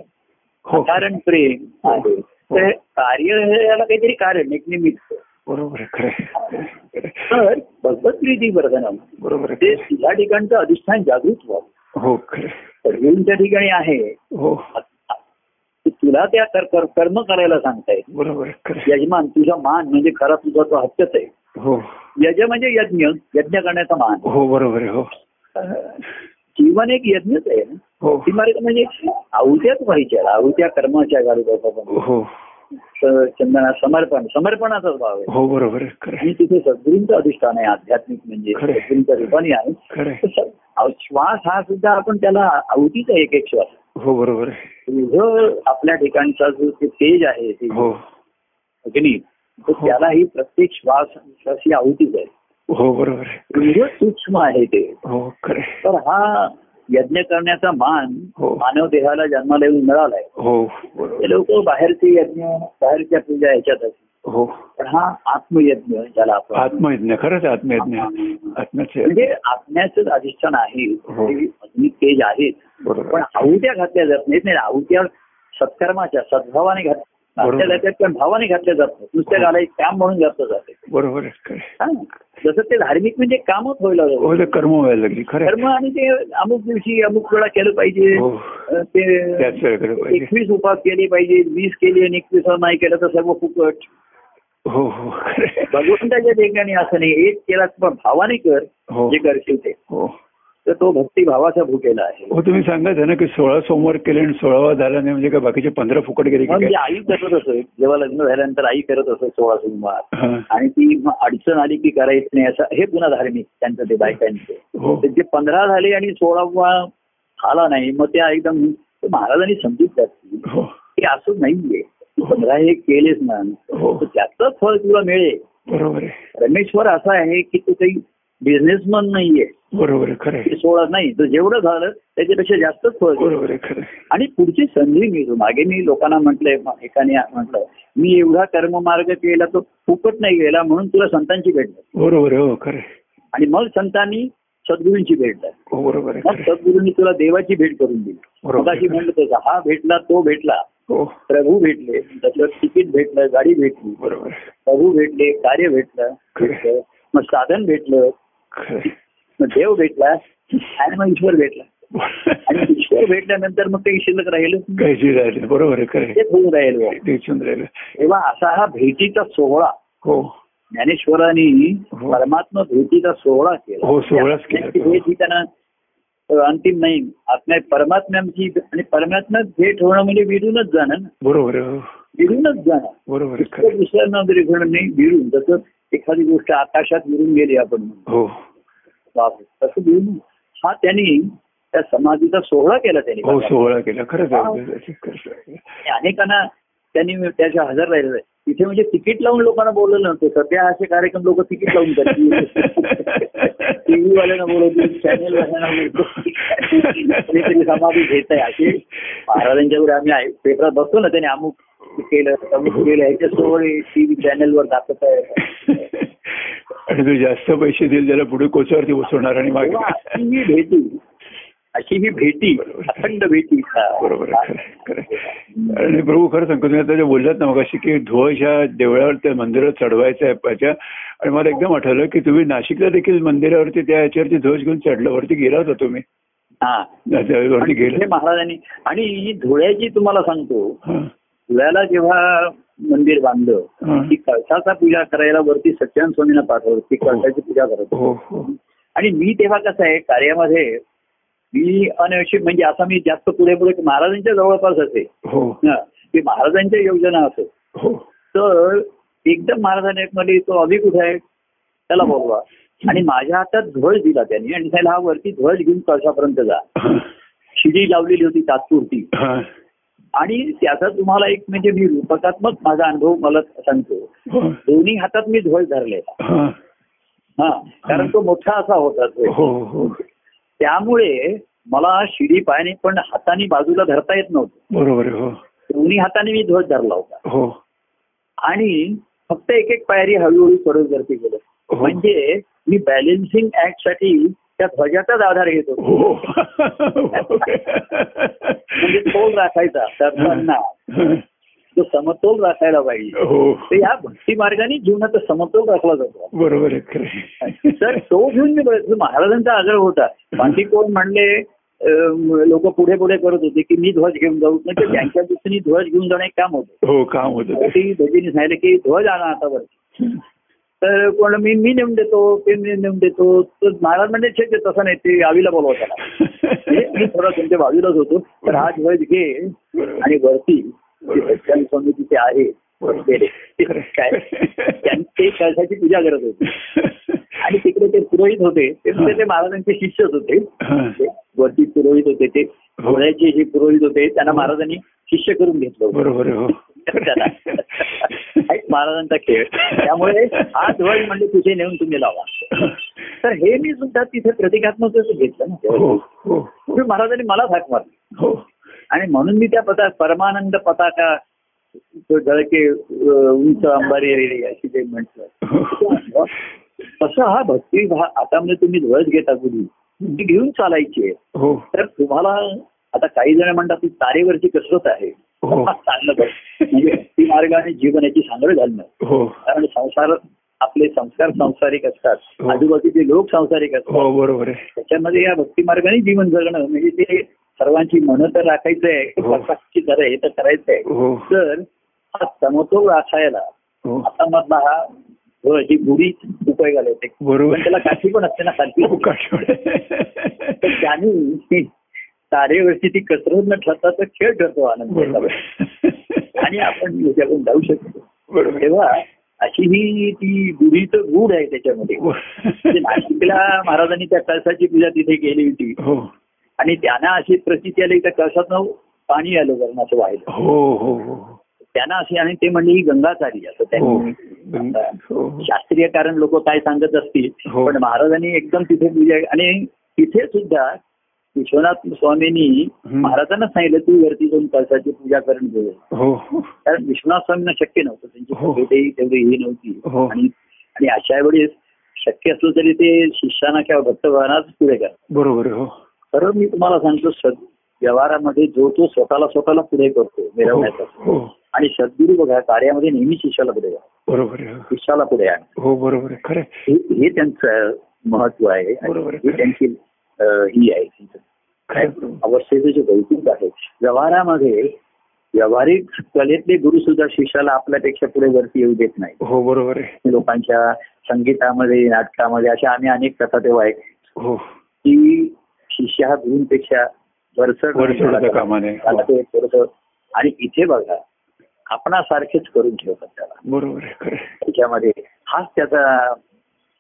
B: हो
A: कारण प्रेम आहे तर कार्य हे याला काहीतरी कारण एक निमित्त
B: बरोबर आहे खरे खरे.
A: तर भगवत प्रीती वर्धनम
B: बरोबर
A: ते
B: आहे खरे.
A: या ठिकाणचं अधिष्ठान जागृत व्हावं
B: हो खरे
A: सगळ्यांच्या ठिकाणी आहे
B: हो
A: ते तुला त्या कर- कर- कर्म करायला सांगताय
B: बरोबर आहे खरे
A: यजमान तुझा मान म्हणजे खरा तुझा तो हक्कच आहे
B: हो
A: यज म्हणजे यज्ञ यज्ञ करण्याचा मान
B: हो बरोबर आहे हो
A: अं, जीवन एक यज्ञच आहे ना
B: हो
A: ती मार्ग म्हणजे आहुत्याच व्हायच्या आहुत्या कर्माच्या गाडूपासून
B: हो
A: चंदना समर्पण समर्पणाचाच भाव आहे
B: हो बरोबर आहे खरे
A: आणि तिथे सद्गुरूंचं अधिष्ठान आहे आध्यात्मिक म्हणजे
B: खरं आहे.
A: सद्गुरूंच्या रूपाने आहे
B: खरे
A: तर स- अहो, श्वास हा सुद्धा आपण त्याला आहुतीचा एक एक श्वास
B: हो बरोबर आहे
A: तुझं आपल्या ठिकाणचा जो ते तेज आहे ते
B: हो
A: अग्नी तर
B: हो.
A: त्याला ही प्रत्येक श्वास श्वासी आहुतीच आहे
B: हो बरोबर आहे
A: तुझं सूक्ष्म आहे ते
B: हो खरे
A: तर हा यज्ञ करण्याचा मान
B: हो.
A: मानव देहाला जन्माला येऊन मिळालाय
B: हो बरोबर
A: ते लोक बाहेरचे यज्ञ बाहेरच्या पूजा ह्याच्यात असतात.
B: हो
A: पण हा आत्मयज्ञ ज्याला आपण
B: आत्मयज्ञ खरंच आत्मयज्ञ आत्म्याचे
A: म्हणजे आत्म्याचंच अधिष्ठान आहे
B: हो.
A: ते अग्नी तेज आहेत
B: बरोबर
A: पण आहुत्या घातल्या जात नाहीत नाही आहुत्या सत्कर्माच्या सद्भावाने घात-
B: बरोबर.
A: घातल्या जातात पण भावाने घातल्या जात नाहीत नुसत्या
B: हो.
A: घालायचं काम म्हणून घातलं जाते
B: बरोबर आहे खरं
A: हा. जसं ते धार्मिक म्हणजे कामच व्हायला
B: हो
A: लागलं.
B: ते कर्म व्हायला लागली खरं
A: कर्म
B: आहे.
A: आणि ते अमुक दिवशी अमुक वेळा केलं पाहिजे
B: हो
A: अं, ते
B: त्याच वेळी केलं पाहिजे
A: एकवीस उपास केली पाहिजे वीस केली आणि एकवीस नाही केलं तर सर्व फुकट
B: हो हो खरं आहे.
A: भगवंताच्या ठिकाणी असं नाही एक केला पण भावाने कर
B: हो
A: जे करशील ते
B: हो
A: तर तो भक्तिभावाचा भुकेला आहे
B: हो तुम्ही सांगायचं ना की सोळा सोमवार केले आणि सोळावा झाला नाही म्हणजे काय बाकीचे पंधरा फुकट गेले की
A: म्हणजे
B: काय
A: आई करत असे जेव्हा लग्न झाल्यानंतर आई करत असे सोळा सोमवार
B: हा.
A: आणि ती मग अडचण आली की करायचं नाही असं हे पुन्हा धार्मिक त्यांचं ते बायकांचे
B: हो
A: तर जे पंधरा झाले आणि सोळावा आला नाही मग त्या एकदम ते महाराजांनी समजूत घातली
B: हो
A: की असं नाहीये तू पंधरा हे केलेच ना
B: हो
A: तर त्याचं फळ तुला मिळेल
B: बरोबर आहे
A: रमेश्वर असा आहे की तो काही बिझनेसमन नाहीये
B: बरोबर आहे खरं
A: की
B: आहे
A: सोळा नाही तर जेवढं झालं त्याच्यापेक्षा जास्तच फळ मिळेल.
B: बरोबर आहे खरं आहे
A: आणि पुढची संधी मिळतो मागे मी लोकांना म्हटलंय म- एकाने म्हटलं मी एवढा कर्ममार्ग केला तो फुकट नाही गेला म्हणून तुला संतांची भेट झाली
B: बरोबर आहे हो खरं आहे
A: आणि मग संतांनी सद्गुरूंची भेट झाली
B: हो बरोबर आहे
A: मग
B: खरं आहे.
A: सद्गुरूंनी तुला देवाची भेट करून दिली
B: बरोबर.
A: मगाशी म्हणलं तसं हा भेटला तो भेटला
B: हो
A: प्रभू भेटले त्याचं तिकीट भेटलं गाडी भेटली
B: बरोबर आहे
A: प्रभू भेटले कार्य भेटलं
B: खरं आहे.
A: मग साधन भेटलं
B: खरं आहे.
A: मग देव भेटला आणि मग ईश्वर भेटला आणि
B: काही
A: ईश्वर भेटल्यानंतर मग काही शिल्लक राहिलं
B: जी राहिले बरोबर आहे खरं आहे.
A: तेच होऊन राहिलं
B: ते इच्छून राहिलं
A: तेव्हा असा हा भेटीचा सोहळा
B: हो
A: ज्ञानेश्वरांनी
B: हो.
A: परमात्मा भेटीचा सोहळा केला
B: हो, सोहळाच केला.
A: आत्म्याची भेट ही त्यांना अ, अंतिम नाही आत्म्या परमात्म्यांची आणि परमात्म्यात भेट होणं म्हणजे विरूनच जाणं ना
B: बरोबर आहे हो.
A: विरूनच जाणं
B: बरोबर आहे खरं
A: तर
B: आहे.
A: दुसऱ्यांना तरी घेणं नाही विरून जसं एखादी गोष्ट आकाशात विरून गेली आपण म्हणतो.
B: हो
A: बापरे, तसं विरून हा त्यांनी त्या समाधीचा सोहळा केला त्यांनी
B: हो सोहळा केला खरंच
A: हा.
B: आहे खरंच आहे.
A: आणि अनेकांना त्यांनी त्याच्या हजर राहिलेलं आहे तिथे म्हणजे तिकीट लावून लोकांना बोलवलं नव्हतं सध्या असे कार्यक्रम लोक तिकीट लावून करतात टीव्ही वाल्यांना बोलवतील चॅनेल वाल्यांना बोलवतील कोणीतरी समाधी घेत आहे असे महाराजांच्या वर आम्ही आहे. पेपरात बघतो ना त्याने अमुक केलं अमुक केलं ह्याच्या सोहळे टीव्ही चॅनेलवर दाखवत आहे
B: आणि जो जास्त पैसे देईल त्याला पुढे कोचावरती बसवणार आणि मागे
A: तेव्हा अशी ही भेटी अशी ही भेटी अखंड भेटी
B: बरोबर आहे, खरं आहे, खरं आहे. आणि प्रभू खरं सांगतो तुम्ही आता जे बोललात ना मगाशी की ध्वज ह्या देवळावर त्या मंदिरात चढवायचं आहे पाच्या आणि मला एकदम आठवलं की तुम्ही नाशिकला देखील मंदिरावरती त्या ह्याच्यावरती ध्वज घेऊन चढलं वरती गेला होता तुम्ही
A: हा
B: त्या देवळावरती
A: हे
B: गेला
A: महाराजांनी आणि धुळ्याची तुम्हाला सांगतो
B: हां,
A: धुळ्याला जेव्हा मंदिर बांधलं
B: हां.
A: ती कळसाचा पूजा करायला वरती सत्यान स्वामींना पाठवलं ती कळसाची पूजा करत
B: हो हो
A: आणि मी तेव्हा कसं आहे कार्यामध्ये मी अनवश्यक म्हणजे असा मी जास्त पुढे पुढे महाराजांच्या जवळपास असे
B: हो
A: हं. ते महाराजांच्या योजना असो
B: हो
A: तर एकदम महाराजांनी एक मध्ये तो अभि कुठे आहे त्याला बोलवा आणि माझ्या हातात ध्वज दिला त्यांनी आणि त्याला हा वरती ध्वज घेऊन कळसापर्यंत जा
B: हां,
A: शिडी लावलेली होती तात्पुरती
B: हां,
A: आणि त्याचा तुम्हाला एक म्हणजे मी रूपकात्मक माझा अनुभव मला सांगतो
B: हां,
A: दोन्ही हातात मी ध्वज धरलेला
B: हां.
A: हा कारण तो मोठा असा होता ध्वज.
B: हो हो
A: त्यामुळे मला शिडी पायाने पण हाताने बाजूला धरता येत नव्हतं
B: बरोबर आहे,
A: दोन्ही हाताने मी ध्वज धरला होता
B: हो
A: आणि फक्त एक एक पायरी हळूहळू सरळ करते गेलं
B: हो.
A: म्हणजे मी बॅलेन्सिंग ऍक्ट साठी त्या ध्वजाचाच आधार घेत होतो
B: हो हो
A: म्हणजे तोल राखायचा धरताना
B: हां,
A: जो समतोल राखायला पाहिजे
B: हो
A: तर या भक्ती मार्गाने जीवनाचा समतोल राखला जातो
B: बरोबर आहे खरं आहे.
A: तर तो घेऊन मी बघितलं. महाराजांचा आग्रह होता बाकी कोण म्हणले लोक पुढे पुढे करत होते की मी ध्वज घेऊन जाऊ म्हणजे त्यांच्या दृष्टीने ध्वज घेऊन जाणं एक काम होतं
B: हो काम होत ते
A: शेवटी भजीने सांगितलं की ध्वज आणा आता वर तर कोण मी मी नेऊन देतो ते मी नेऊन देतो तर महाराज म्हणजे छे छे, तसं नाही ते आवीला बोलवा त्याला म्हणजे मी थोडा तुमच्या बाजूलाच होतो तर हा ध्वज घे आणि वरती जे सत्यानंद स्वामी तिथे आहे बसलेले, ते काय त्यां- ते कळसाची पूजा करत होते आणि तिकडे ते पुरोहित होते ते म्हणजे ते महाराजांचे शिष्यच होते ते वरती पुरोहित होते ते घोड्याचे जे पुरोहित होते त्यांना महाराजांनी शिष्य करून घेतलं होतं.
B: बरोबर आहे, हो
A: त्याला. हा एक महाराजांचा खेळ त्यामुळे हा ध्वज म्हणजे तुझे नेऊन तुम्ही लावा तर हे मी सुद्धा तिथे प्रतिकात्मक असं घेतलं ना
B: हो हो
A: त्यावेळी महाराजांनी मला हाक मारली
B: हो
A: आणि म्हणून मी त्या पता परमानंद पताका तो जळके अं, उंच अंबारी रेडी अशी ते म्हटलं तसं हा भक्ती भा- आता म्हणजे तुम्ही ध्वज घेता कुणी ती घेऊन चालायची आहे
B: हो
A: तर तुम्हाला आता काही जण म्हणतात ती तारेवरची कसरत आहे
B: हो.
A: चाललं पाहिजे म्हणजे ती मार्गाने जीवनाची सांगड घालणं
B: हो
A: कारण संसार आपले संस्कार सांसारिक असतात
B: हो.
A: आजूबाजूचे लोक सांसारिक असतात
B: हो बरोबर आहे
A: त्याच्यामध्ये या भक्ती मार्गाने जीवन जगणं म्हणजे ते सर्वांची मन तर राखायचं आहे
B: हो.
A: प्रकाशची तर हे तर करायचं आहे
B: हो
A: तर हा समतोल राखायला
B: हो
A: आता मधला हा व ही गुढी उपयोगाला येते पण त्याला
B: बरोबर
A: काठी पण असते ना सारखी
B: हो, काठीवर.
A: तर त्यांनी तारेवरची ती कसरत न ठरता तर खेळ ठरतो आनंद
B: बरोबर
A: आणि आपण याच्याकडून जाऊ शकतो
B: बरोबर
A: तेव्हा अशी ही ती गुढीचं गुढ आहे त्याच्यामध्ये
B: हो.
A: म्हणजे नाशिकला महाराजांनी त्या कळसाची पूजा तिथे केली होती
B: हो
A: आणि त्यांना अशी प्रचिती आली त्या कळसातनं पाणी आलं करण्याचं व्हायचं
B: हो हो हो
A: त्यांना अशी आणि ते म्हणजे ही गंगाचारी असं
B: हो
A: त्यांनी
B: हो
A: शास्त्रीय कारण लोक काय सांगत असतील
B: हो.
A: पण महाराजांनी एकदम तिथे पूजा आणि तिथे सुद्धा विश्वनाथ स्वामींनी
B: हम्म.
A: महाराजांना सांगितलं तू वरती जाऊन कळसाची पूजा करून घे
B: हो हो
A: कारण विश्वनाथ स्वामींना शक्य नव्हतं त्यांची
B: हो.
A: तब्येतही तेवढी ही नव्हती
B: हो.
A: आणि आणि अशा वेळेस शक्य असलं तरी ते शिष्याना किंवा भक्तभावनाच पुढे करतात
B: बरोबर आहे, हो
A: खरं मी तुम्हाला सांगतो सद व्यवहारामध्ये जो तो स्वतःला स्वतःला पुढे करतो मिळवण्याचा
B: हो
A: आणि सद्गुरू बघा कार्यामध्ये नेहमी शिष्याला पुढे घ्या.
B: बरोबर आहे, हो.
A: शिष्याला पुढे आण
B: हो बरोबर आहे खरं आहे.
A: हे हे त्यांचं महत्व आहे
B: बरोबर आहे.
A: हे त्यांची अं, ही आहे काय
B: खरं आहे.
A: अवस्थेचं जे भौतिक आहे व्यवहारामध्ये व्यावहारिक कलेतले गुरु सुद्धा शिष्याला आपल्यापेक्षा पुढे वरती येऊ देत नाही
B: हो बरोबर आहे
A: लोकांच्या संगीतामध्ये नाटकामध्ये अशा आम्ही अनेक कथा तेव्हा आहेत
B: हो
A: की शिष्य हा गुरूंपेक्षा वरचढ
B: वरचढ होता कामा नये.
A: त्याला ते थोडंसं- आणि इथे बघा आपणासारखेच करून ठेवतात त्याला
B: बरोबर आहे खरं आहे.
A: त्याच्यामध्ये हाच त्याचा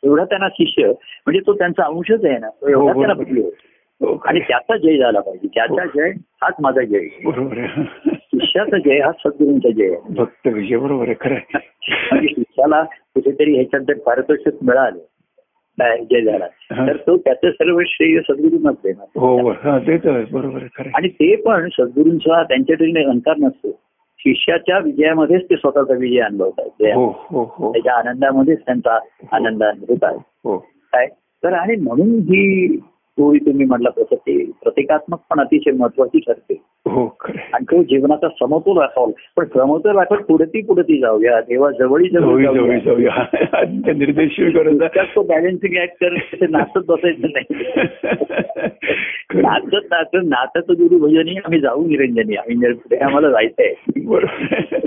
A: एवढा त्यांना शिष्य म्हणजे तो त्यांचा अंशच आहे ना तो
B: हो,
A: एवढा
B: बरोबर.
A: त्याला प्रिय होता.
B: हो खरं
A: आणि
B: आहे.
A: त्याचा जय झाला पाहिजे त्याचा जय हाच माझा जय आहे.
B: बरोबर आहे
A: शिष्याचा जय हा सद्गुरूंचा जय आहे
B: भक्त विजय बरोबर आहे खरं आहे.
A: म्हणजे शिष्याला कुठेतरी ह्याच्यात जर पारितोषिक मिळालं काय जय झाला
B: हा.
A: तर तो त्याचं सर्व श्रेय सद्गुरूंनाच देणार
B: हो हो. हा ते तर आहे. बरोबर आहे खरं आहे.
A: आणि ते पण सद्गुरूंचा त्यांच्या तरीने अहंकार नसतो शिष्याच्या विजयामध्येच ते स्वतःचा विजय अनुभवतात ते
B: हो हो हो
A: त्याच्या आनंदामध्येच त्यांचा आनंद अनुभवत आहे
B: हो
A: काय तर आणि म्हणून ही गोळी तुम्ही म्हटला तसं ते प्रतिकात्मक पण अतिशय महत्वाची ठरते
B: हो खरं आहे.
A: आणि तो जीवनाचा समतोल राखावा पण समतोल राखत पुढे ती पुढे ती जाऊया देवा जवळी
B: जाऊया,
A: जवळ
B: जाऊया, जाऊया. आणि ते निर्देशित करत जा.
A: तो बॅलन्सिंग ऍक्ट करत नाचत बसायचं नाही नाचत नाचत नाचत गुरु भजनी आम्ही जाऊ निरंजनी आम्ही निर- पुढे आम्हाला जायचंय
B: बरोबर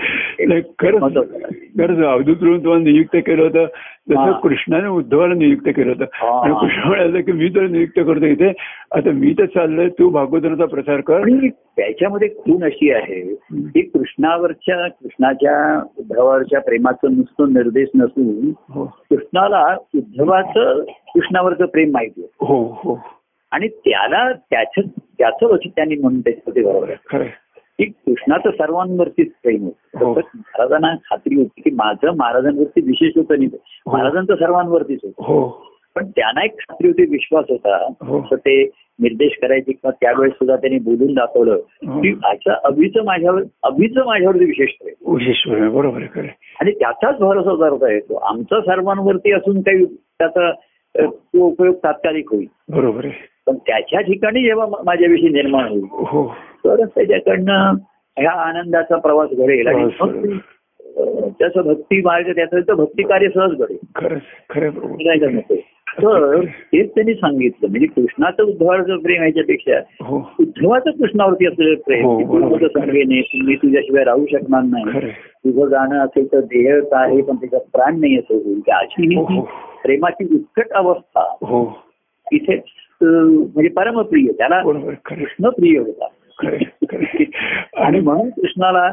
B: नाही, खरंच
A: महत्वाचं.
B: खरंच अवधूत म्हणून तुम्हाला नियुक्त केलं होतं
A: हा.
B: तसं कृष्णाने उद्धवाला नियुक्त केलं होतं
A: हा.
B: आणि कृष्ण म्हणाला की मी तर नियुक्त करतो इथे आता मी तर चाललोय तू भागवतराचा प्रसार कर
A: आणि त्याच्यामध्ये खूण अशी आहे की कृष्णावरच्या कृष्णाच्या उद्धवावरच्या प्रेमाचं नुसतं निर्देश नसून
B: हो
A: कृष्णाला उद्धवाचं कृष्णावरचं प्रेम माहिती आहे
B: हो हो
A: आणि त्याला त्याच त्याचं वचन त्यांनी म्हणून त्याच्यामध्ये बरोबर आहे
B: खरं आहे.
A: की कृष्णाचं सर्वांवरतीच प्रेम
B: हो.
A: होतं तसंच महाराजांना खात्री होती की माझं महाराजांवरती विशेष होतं नाही महाराजांचं सर्वांवरतीच होतं
B: हो
A: पण त्यांना एक खात्री होती विश्वास होता
B: हो.
A: तर ते निर्देश करायचे किंवा त्यावेळेस सुद्धा त्यांनी बोलून दाखवलं
B: हो.
A: की अच्छा अभिचं माझ्यावर अभिचं माझ्यावरती विशेष प्रेम
B: विशेश्वर आहे. बरोबर आहे खरं आहे.
A: आणि त्याचाच भरोसा धरता येतो आमचा सर्वांवरती असून काही त्याचा अ, तो उपयोग तात्कालिक होईल
B: बरोबर आहे
A: पण त्याच्या ठिकाणी जेव्हा मा- माझ्याविषयी निर्माण होईल
B: हो
A: तरच त्याच्याकडनं ह्या आनंदाचा प्रवास घडेल आणि
B: प्रवास
A: मग,
B: घडेल.
A: अ, त्याचं भक्ती मार्ग त्याचं तर भक्ती कार्य सहज घडेल
B: खरंच खरं आहे
A: असं काय
B: प्रभू.
A: करणार ते? तर तेच त्यांनी सांगितलं म्हणजे कृष्णाचं उद्धवाचं प्रेम याच्यापेक्षा
B: हो
A: उद्धवाचं कृष्णावरती असलेलं प्रेम
B: हो,
A: की तू
B: बरोबर.
A: माझं सांगेने मी तुझ्याशिवाय राहू शकणार
B: खरं
A: नाही
B: आहे.
A: तुझं जाणं असेल तर देहच आहे पण त्याचा प्राण नाही असं होईल की अशी ही
B: हो,
A: ती
B: हो.
A: प्रेमाची उत्कट अवस्था
B: हो
A: इथे अं, म्हणजे परमप्रिय त्याला
B: बरोबर खरं आहे.
A: कृष्ण प्रिय होता
B: खरं आहे, खरं आहे.
A: आणि
B: आणि
A: म्हणून कृष्णाला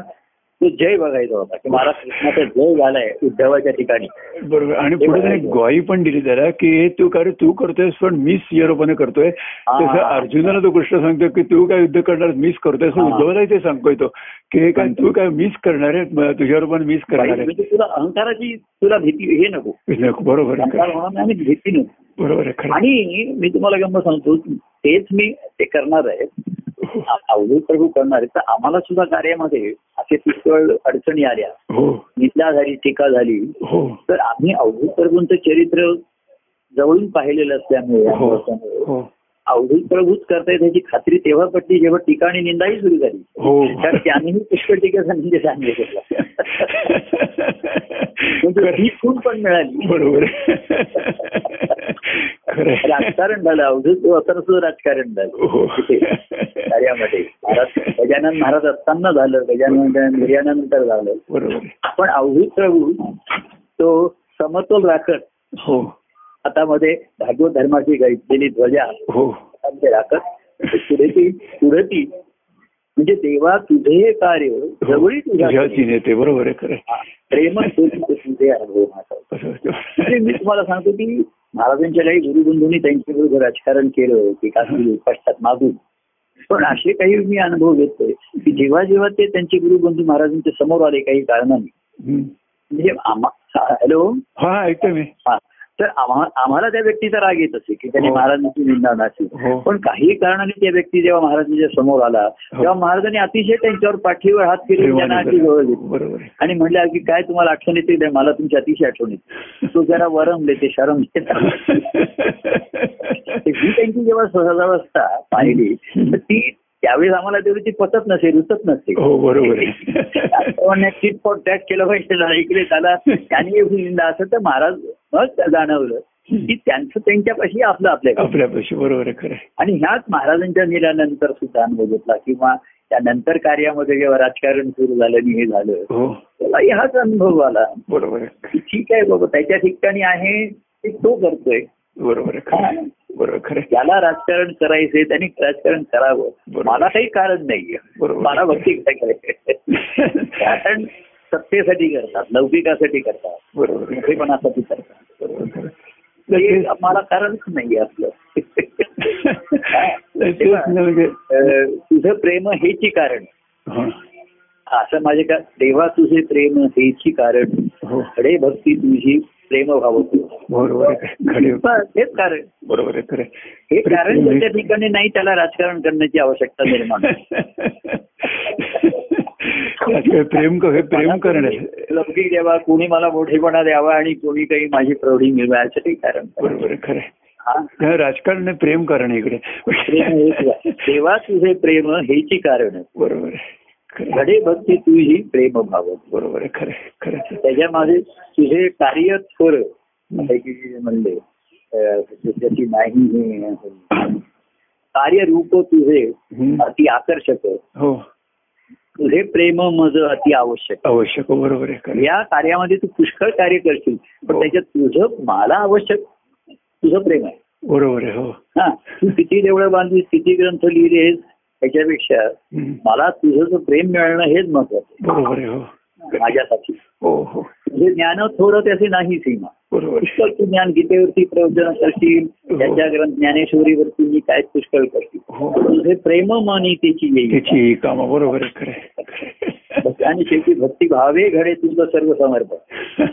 A: तो जय बघायचा होता की मला कृष्णाचा जय झालाय उद्धवाच्या ठिकाणी
B: बरोबर आणि पुढे त्याने एक ग्वाही पण दिली त्याला की हे तू कार्य तू करतोयस पण मीच सियरोपणे करतोय तसं
A: हा.
B: अर्जुनाला तो कृष्ण सांगतो की तू काय युद्ध करणार मीच करतोय
A: हा.
B: उद्धवलाही ते सांगतोय तो की हे काय तू काय मीच करणार आहे म- तुझ्यावर पण मीच करणार आहे
A: म्हणजे तुला अहंकाराची तुला भीती हे नको
B: नको, बरोबर आहे
A: अहंकार
B: खरं.
A: होणार नाही आणि भीती नको
B: बरोबर आहे खरं
A: आणि मी तुम्हाला गंमत सांगतो तेच मी ते करणार आहे अवधूत प्रभू करणार आहे तर आम्हाला सुद्धा कार्यामध्ये असे पुष्कळ अडचणी आल्या
B: हो
A: निंदा झाली टीका झाली
B: हो
A: तर आम्ही अवधूत प्रभूंचं चरित्र जवळून पाहिलेलं असल्यामुळे
B: हो
A: असल्यामुळे
B: हो
A: अवधूत प्रभूच करतायत ह्याची खात्री तेव्हा पटली जेव्हा टीका आणि निंदाही सुरू झाली
B: हो
A: तर त्यांनीही पुष्कळ टीकेचा निंदे सांगितला म्हणजे ही खूप पण मिळाली
B: बरोबर खरं आहे.
A: राजकारण झालं अवधूत असताना सुद्धा राजकारण झालं
B: हो
A: कार्यामध्ये महाराज गजानन महाराज असताना झालं गजानन निर्यानंतर झालं
B: बरोबर आहे.
A: पण अवधूत प्रभू तो समतोल राखत
B: हो
A: हातामध्ये भागवत धर्माची घेतलेली ध्वजा
B: हो
A: हातामध्ये राखत पुढे ती पुढे ती म्हणजे देवा तुझे हे कार्य जवळी
B: हो,
A: तुझ्या
B: तुझ्याची नेते बरोबर आहे खरं आहे.
A: प्रेम तुझे अनुभव माझा म्हणजे मी तुम्हाला सांगतो की महाराजांच्या काही गुरुबंधूंनी त्यांच्याबरोबर राजकारण केलं की काही उपष्टात मागून पण असे काही मी अनुभव घेतोय की जेव्हा जेव्हा ते त्यांचे गुरुबंधू महाराजांच्या समोर आले काही कारणाने
B: हम्म.
A: म्हणजे आम्हा हॅलो
B: हा हा, ऐकतोय मी
A: हा तर आम्हा- आम्हाला त्या व्यक्तीचा राग येत असे की त्याने
B: हो.
A: महाराजांची निंदा नाशी
B: हो.
A: पण काही कारणाने त्या व्यक्ती जेव्हा महाराजांच्या समोर आला तेव्हा महाराजांनी अतिशय त्यांच्यावर पाठीवर हात केले आणि त्यांना अगदी जवळ घेतलं
B: बरोबर आहे
A: आणि म्हणल्या की काय तुम्हाला आठवण येते तर मला तुमची अतिशय आठवण येते तो जरा वरमले ते शरम घेतात ही त्यांची जेव्हा सहजावस्था पाहिली तर ती त्यावेळेस आम्हाला तेवढी ती पचत नसे रुचत नसे
B: हो बरोबर आहे
A: चिट फॉर टॅक केलं पाहिजे जरा इकडे त्याला त्यांनी एवढी निंदा असं तर महाराज मग जाणवलं की त्यांचं त्यांच्यापाशी आपलं आपल्याकडे
B: आपल्यापाशी बरोबर आहे खरं आहे.
A: आणि ह्याच महाराजांच्या निरानंतर सुद्धा अनुभव घेतला किंवा त्यानंतर कार्यामध्ये जेव्हा राजकारण सुरू झालं आणि हे झालं
B: हो
A: तेव्हा हाच अनुभव आला
B: बरोबर आहे
A: की ठीक आहे बाबा त्याच्या ठिकाणी आहे ते तो करतोय
B: बरोबर आहे खरं आहे. बरोबर खरं आहे.
A: त्याला राजकारण करायचंय त्यांनी राजकारण करावं
B: बरोबर.
A: मला काही कारण नाहीये
B: बरोबर.
A: मला भक्ती काय करायचंय. कारण सत्तेसाठी करतात लौकिकासाठी करतात
B: बरोबर आहे.
A: मोठेपणासाठी करतात
B: बरोबर आहे.
A: ते मला कारणच नाहीये आपलं
B: नाही, तेच ना म्हणजे
A: अं, तुझं प्रेम हेची कारण
B: हा.
A: असं माझे का देवा तुझे प्रेम हेची कारण
B: हो
A: खडे भक्ती तुझी प्रेम भावतो
B: बरोबर आहे खरे
A: हेच कारण
B: बरोबर आहे खरं आहे.
A: हे कारण त्याच्या ठिकाणी नाही त्याला राजकारण करण्याची आवश्यकता निर्माण होते.
B: आजकाल प्रेम क- हे प्रेम करण्याचं
A: लौकिक द्यावा कोणी मला मोठेपणा द्यावा आणि कोणी काही माझी प्रौढी मिळवा याचं काही कारण नाही.
B: बरोबर आहे खरं आहे.
A: हा.
B: नाही, राजकारण नाही, प्रेम कारण इकडे
A: प्रेम हेच आहे. देवा तुझे प्रेम हेची कारण
B: बरोबर आहे खरं आहे.
A: घडे भक्ती तुझी प्रेम भाव
B: बरोबर आहे खरं आहे. खरं आहे.
A: त्याच्या माझे तुझे कार्य थोर असं की जे म्हणले अं, त्याची नाही हे कार्य रूप तुझे
B: हम्म.
A: अति आकर्षक
B: हो
A: तुझे प्रेम मज अति आवश्यक
B: आवश्यक हो, बरोबर आहे खरं आहे.
A: या कार्यामध्ये तू पुष्कळ कार्य करशील पण
B: हो.
A: त्याच्यात तुझं मला आवश्यक तुझं प्रेम आहे
B: बरोबर आहे हो
A: हा तू किती देवळं बांधलीस किती ग्रंथ लिहिलेस त्याच्यापेक्षा
B: हम्म.
A: मला तुझं जो प्रेम मिळणं हेच महत्वाचं
B: बरोबर आहे हो
A: आहे माझ्यासाठी
B: हो हो
A: तुझे ज्ञान थोडं त्याची नाही सीमा
B: बरोबर आहे.
A: पुष्कळ तू ज्ञान गीतेवरती प्रवचन करशील
B: हो.
A: त्याच्या ग्रंथ ज्ञानेश्वरीवरती मी काय पुष्कळ करशील
B: हो.
A: तुझे प्रेम मनी त्याची येईल
B: त्याची कामं बरोबर आहे खरं आहे. खरं आहे.
A: आणि शेवटी भक्ती भावे घडे तुझं सर्व समर्पण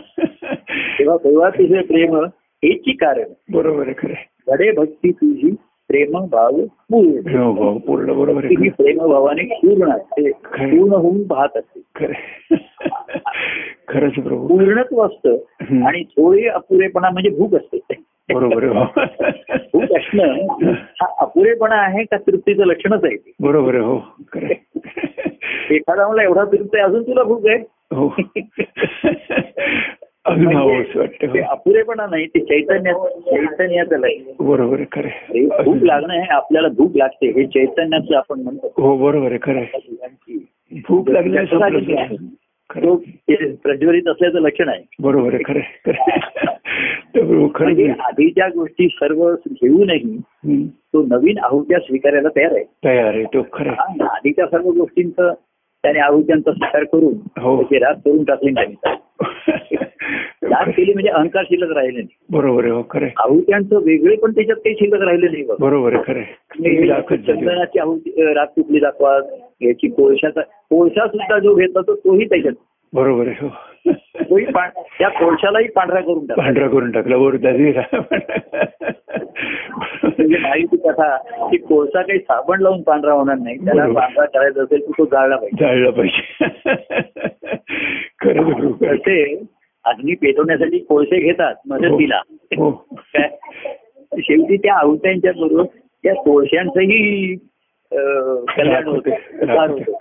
A: तेव्हा तेव्हा तुझे प्रेम हेची कारण
B: बरोबर आहे खरं आहे.
A: घडे भक्ती तुझी प्रेम भाव पूर्ण
B: हो भाऊ पूर्ण बरोबर आहे
A: ती
B: खरं
A: प्रेमभावाने पूर्ण असते
B: खरं.
A: पूर्ण होऊन पाहत असते
B: खरं आहे. खरंच प्रभू
A: पूर्णत्व असतं
B: हं.
A: आणि थोडी अपुरेपणा म्हणजे भूक असते
B: बरोबर आहे हो
A: भूक असणं हा अपुरेपणा आहे का तृप्तीचं लक्षणच आहे ते
B: बरोबर आहे हो खरं आहे.
A: एखादा मला एवढा तृप्त आहे अजून तुला भूक आहे
B: हो अजून हवं असं
A: म्हणजे
B: वाटतं हो.
A: ते अपुरेपणा नाही ते चैतन्य चैतन्याचं लय
B: हो. बरोबर आहे खरं आहे.
A: भूक लागणं हे आपल्याला भूक लागते हे चैतन्याचं आपण म्हणतो
B: हो बरोबर आहे खरं आहे. भूक लागल्यास संपलं सगळं. खरं
A: तो
B: आहे.
A: ते प्रज्वलित असल्याचं लक्षण आहे
B: बरोबर आहे खरं आहे. खरं आहे. तर प्रभू खरंच
A: म्हणजे
B: आहे.
A: आधीच्या गोष्टी सर्व घेऊनही
B: हं.
A: तो नवीन आहुत्या स्वीकारायला तयार आहे
B: तयार आहे तो खरं आहे.
A: हा, आधीच्या सर्व गोष्टींचं त्याने आहुत्यांचा स्वीकार करून
B: हो.
A: त्याची राग करून टाकली नाही राग केली म्हणजे अहंकार शिल्लक राहिले नाही
B: बरोबर आहे हो खरं आहे.
A: आहुत्यांचं वेगळे पण त्याच्यात काही शिल्लक राहिले नाही बघ
B: बरोबर आहे खरं आहे.
A: म्हणजे
B: तुम्ही दाखवत जा.
A: चंदनाची आहुती अं, राग कुठली दाखवा याची कोळशाचा कोळशा सुद्धा जो घेतला तो तोही त्याच्यात
B: बरोबर आहे हो
A: तोही पां- त्या कोळशालाही पांढरा करून टाकला
B: पांढरा करून टाकला वर दाजीला
A: म्हणजे नाही ती कथा की कोळसा काही साबण लावून पांढरा होणार नाही त्याला
B: बरोबर.
A: पांढरा करायचा असेल तर तो जाळला पाहिजे
B: जाळलं पाहिजे खरंच आहे प्रभू खरंच.
A: तसे अग्नी पेटवण्यासाठी कोळसे घेतात मदतीला
B: हो
A: काय? शेवटी त्या आहुत्यांच्या बरोबर त्या कोळशांचंही अं, कल्याण होतं उद्धार होतो.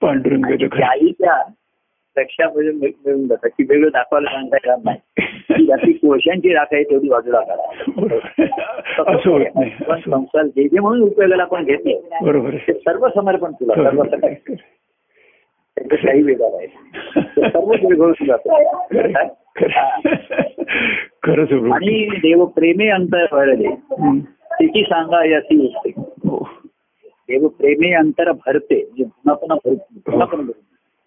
B: पांढरून गेलो
A: आणि आईच्या रक्षाभूषण म्हणजे मिळून जातात की वेगळं दाखवायला सांगता येणार नाही ती आपली कोळशांची राख आहे तेवढी बाजूला करा
B: असं होत नाही
A: पण
B: असं होत
A: संसार जे जे म्हणून उपयोगाला आपण घेतले
B: नाही. बरोबर
A: ते
B: आहे.
A: सर्व समर्पण तुला सर्व
B: बरोबर
A: सकाळी
B: आहे. खरं.
A: त्याचं काही वेगळा नाही ते सर्वच वेगळं
B: खरं.
A: जातं
B: खरं. खरंच आहे प्रभू.
A: आणि देव प्रेमे अंतर भरले
B: हं.
A: तिची सांगा याची असते
B: हो
A: देव प्रेमे अंतर भरते म्हणजे पुन्हा पुन्हा
B: हो.
A: भरते पुन्हा पुन्हा भरते.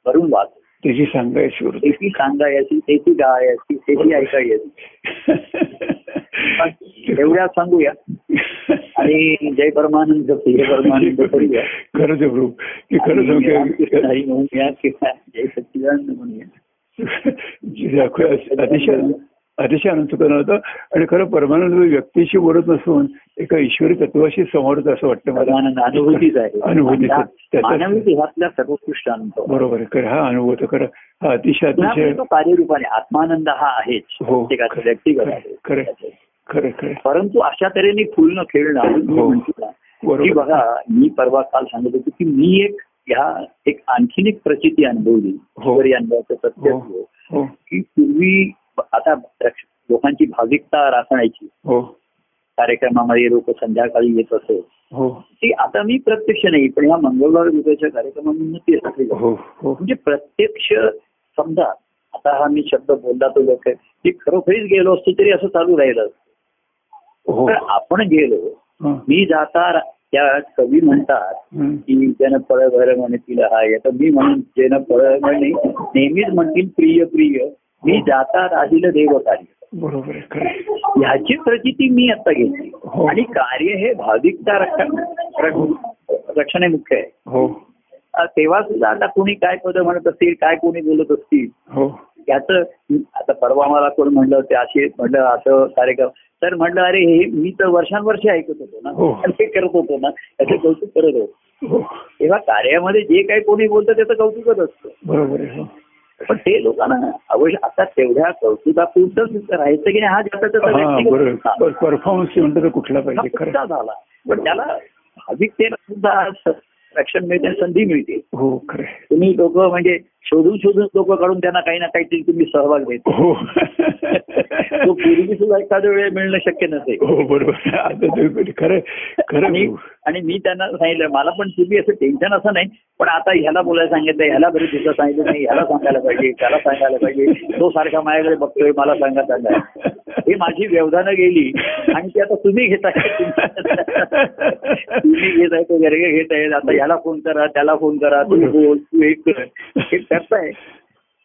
A: भरून वाच
B: त्याची सांगायची वृत्ती.
A: त्याची सांगा याची त्याची गायाची त्याची ऐकायची एवढ्या सांगूया आणि जय परमानंद जय परमानंद करूया
B: खरंच आहे प्रभू की खरंच
A: आणि
B: सांगते-
A: रामकृष्ण हरी म्हणूया किंवा जय सच्चिदानंद म्हणूया
B: दाखव- अतिशय अतिशय आनंदकरण होतं आणि खरं परमानंद व्यक्तीशी बोलत नसून एका ईश्वरी तत्वाशी समोरच असं वाटतं
A: परमानंद
B: मला
A: अनुभूतीच आहे
B: अनुभूतीच
A: आपला
B: आहे. त्याचा-
A: मानवी देहातला सर्वोत्कृष्ट अनुभव
B: बरोबर आहे खरं हा अनुभव तर खरं हा अतिशय अतिशय
A: पुन्हा तो कार्यरूपाने आत्मानंद हा आहेच
B: हो.
A: प्रत्येकाचा व्यक्तिगत आहे
B: खरं आहे. खरं खरं
A: परंतु अशा तऱ्हेने फुलणं खेळणं आणि मी
B: हो.
A: म्हणतो ना, की
B: बरोबर
A: बघा मी परवा काल सांगत होतो की मी एक ह्या एक आणखीन एक प्रचिती अनुभवली
B: हो.
A: ईश्वरी अनुभवाचं सत्य
B: हो.
A: असलं,
B: हो
A: की पूर्वी आता रक्ष- लोकांची भाविकता राखण्याची
B: हो
A: कार्यक्रमामध्ये लोक संध्याकाळी येत असत
B: हो
A: ती आता मी प्रत्यक्ष नाही पण ह्या मंगळवार गुरुच्या कार्यक्रमामध्ये ती राखली जाते.
B: हो हो
A: म्हणजे प्रत्यक्ष समजा आता हा मी शब्द बोलला तो लोक की खरोखरीच गेलो असतो तरी असं चालू राहिलं असतं.
B: हो
A: पण आपण गेलो
B: हा.
A: मी जाता रा- त्या कवी म्हणतात
B: हं.
A: की ज्यानं फळ भर म्हणे तिला हा तर मी म्हणून ज्यानं फळ म्हणे नेहमीच म्हणतील प्रिय प्रिय मी जाता राहील देव कार्य
B: बरोबर आहे खरं आहे.
A: ह्याची प्रचिती मी आता घेतली
B: हो.
A: आणि कार्य हे भाविकता रक्षण रक्ष- रक्षण हे मुख्य आहे
B: हो
A: अ, तेव्हा सुद्धा आता कोणी काय पद म्हणत असतील काय कोणी बोलत असतील
B: हो
A: याचं आता परवा मला कोण म्हणलं ते असे म्हणलं असं कार्यक्रम तर म्हणलं अरे हे मी तर वर्षानुवर्ष ऐकत होतो
B: हो.
A: ना ते करत होतो ना त्याचं कौतुक करत होतो
B: हो
A: तेव्हा कार्यामध्ये जे काही कोणी बोलतं त्याचं कौतुकच असतं
B: बरोबर आहे हो
A: पण ते लोकांना अवश्य आता तेवढ्या कौतुकापुरतंच राहायचं की नाही हा ज्याचा त्याचा
B: हा
A: व्यक्तिगत प्रश्न
B: बरोबर
A: आहे.
B: परफॉर्मन्स म्हणतो तो कुठला
A: हा
B: पाहिजे खरं
A: पुढचा झाला पण त्याला भाविकतेला सुद्धा स- रक्षण मिळते संधी मिळते
B: हो खरं आहे.
A: तुम्ही लोक म्हणजे शोधून शोधून लोक काढून त्यांना काही ना काहीतरी तुम्ही सहभाग देतो
B: हो
A: तो पूर्वी सुद्धा एखाद्या वेळ मिळणं शक्य नसेल
B: हो बरोबर आता तुम्ही खरं खरं हो.
A: आणि आणि मी त्यांना सांगितलं मला पण पूर्वी असं टेन्शन असं नाही पण आता ह्याला बोलायला सांगितलं ह्याला बरेच दिवसात सांगितलं नाही ह्याला सांगायला पाहिजे त्याला सांगायला पाहिजे तो सारखा माझ्याकडे बघतोय मला सांगा सांगा हे माझी व्यवधानं गेली आणि ते आता तुम्ही घेताय तुम्ही घेताय तो गर्गे घेत आहेत आता ह्याला फोन करा त्याला फोन करा तू बोल तू हे कर हे करताय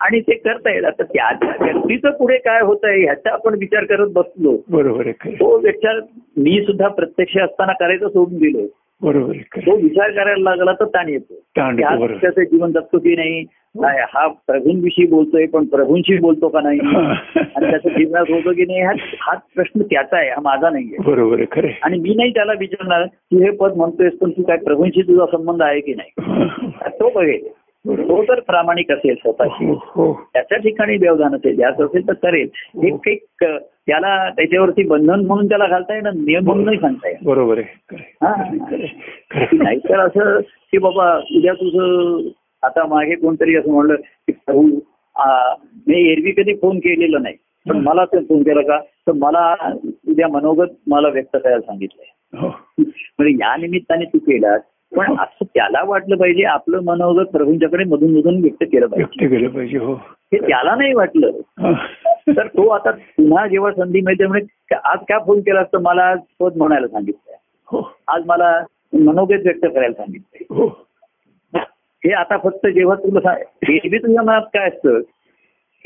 A: आणि ते करतायत आता त्या त्या व्यक्तीचं पुढे काय होत आहे ह्याचा आपण विचार करत बसलो
B: बरोबर आहे खरं आहे.
A: तो विचार मी सुद्धा प्रत्यक्ष असताना करायचं सोडून दिलो
B: बरोबर आहे खरं
A: तो
B: आहे.
A: विचार करायला लागला तर ताण येतो
B: ताण
A: की
B: येतो,
A: हा
B: बरोबर.
A: त्याचं जीवन जगतो की नाही काय हा प्रभूंविषयी बोलतोय पण प्रभूंशी बोलतो का नाही आणि त्याचं
B: हा.
A: जीवनात होतो की नाही हा हा प्रश्न त्याचा आहे हा माझा नाहीये
B: बरोबर आहे खरं आहे.
A: आणि मी नाही त्याला विचारणार तू हे पद म्हणतोयस पण तू काय प्रभूंशी तुझा संबंध आहे की नाही तो बघेल तो तर प्रामाणिक असेल स्वतःशी
B: हो हो
A: त्याच्या ठिकाणी व्यवधान असेल द्यायचं असेल तर करेल हे
B: हो.
A: काही क- त्याला त्याच्यावरती बंधन म्हणून त्याला घालता येणार नियम म्हणून नाही सांगता येणार
B: बरोबर आहे खरं आहे.
A: हा.
B: खरं आहे. खरं आहे.
A: नाहीतर असं की बाबा उद्या तुझं आता मागे कोणतरी असं म्हणलं की भाऊ आ, मी एरवी कधी फोन केलेला नाही पण
B: हं.
A: मला तर फोन केला का तर मला उद्या मनोगत मला व्यक्त करायला सांगितलंय
B: हो
A: म्हणजे या निमित्ताने तू केलास पण असं त्याला वाटलं पाहिजे आपलं मनोगत प्रभूंच्याकडे मधून मधून व्यक्त केलं पाहिजे
B: व्यक्त केलं पाहिजे हो
A: हे त्याला नाही वाटलं
B: हा.
A: तर तो आता पुन्हा जेव्हा संधी मिळते म्हणजे आज का फोन केलास तर मला आज पद म्हणायला सांगितलंय
B: हो
A: आज मला मनोगत व्यक्त करायला सांगितलंय
B: हो
A: हे आता फक्त जेव्हा तुला सा- हे बी तुझ्या मनात काय असतं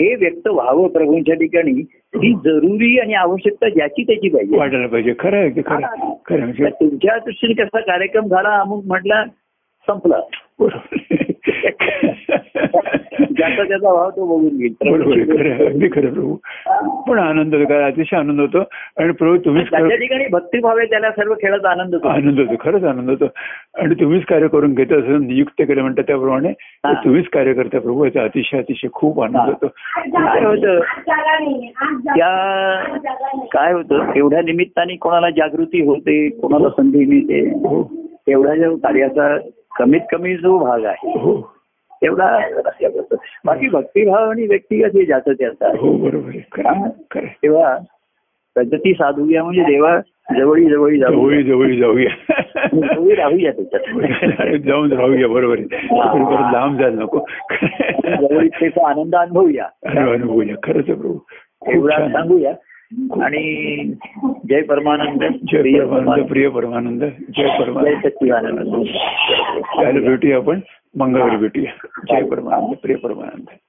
A: हे व्यक्त व्हावं प्रभूंच्या ठिकाणी ही जरुरी आणि आवश्यकता ज्याची त्याची पाहिजे
B: वाटायला पाहिजे खरं आहे की खरं आहे. खरं आहे.
A: तर
B: म्हणजे
A: तुमच्या दृष्टीने कसा कार्यक्रम झाला अमुक म्हटला संपला
B: बरोबर
A: त्याचा त्याचा भाव तो बघून घेईल
B: बरोबर आहे, खरं आहे, अगदी खरं प्रभू
A: हा.
B: पण आनंद होतो काय अतिशय आनंद होतो आणि प्रभू तुम्हीच
A: ज्याच्या
B: खरं-
A: ठिकाणी भक्तिभाव आहे त्याला सर्व खेळाचा आनंद होतो
B: आनंद होतो खरंच आनंद होतो आणि तुम्हीच कार्य करून घेत असं नियुक्त केलं म्हणतात त्याप्रमाणे
A: हा.
B: तुम्हीच कार्य करता प्रभू याचा अतिशय अतिशय खूप आनंद
A: हा.
B: होतो
A: काय होतं त्या काय होतं एवढ्या निमित्ताने कोणाला जागृती होते कोणाला संधी मिळते
B: हो
A: एवढ्या जो कार्याचा कमीत कमी जो भाग आहे
B: हो
A: तेवढा रस्त्यावरचं. बाकी भक्तिभाव आणि व्यक्तिगत हे ज्याचं त्याचा
B: हो बरोबर आहे खरं आहे, खरं आहे.
A: तेव्हा पद्धती साधूया म्हणजे देवा जवळी जवळी जाऊ
B: जवळी जवळी जाऊया
A: जवळी राहूया त्याच्यात
B: जाऊन राहूया बरोबर आहे आपण परत लांब जायला नको
A: जवळी त्याचा आनंद अनुभवूया
B: अरे अनुभवूया खरंच आहे प्रभू खूप
A: एवढा
B: छान.
A: सांगूया आणि जय परमानंद
B: जय
A: प्रिय
B: परमानंद प्रिय परमानंद जय
A: जय
B: परमानंद
A: सच्चिदानंद
B: त्याला भेटूया आपण मंगळवारी भेटूया जय परमानंद प्रिय परमानंद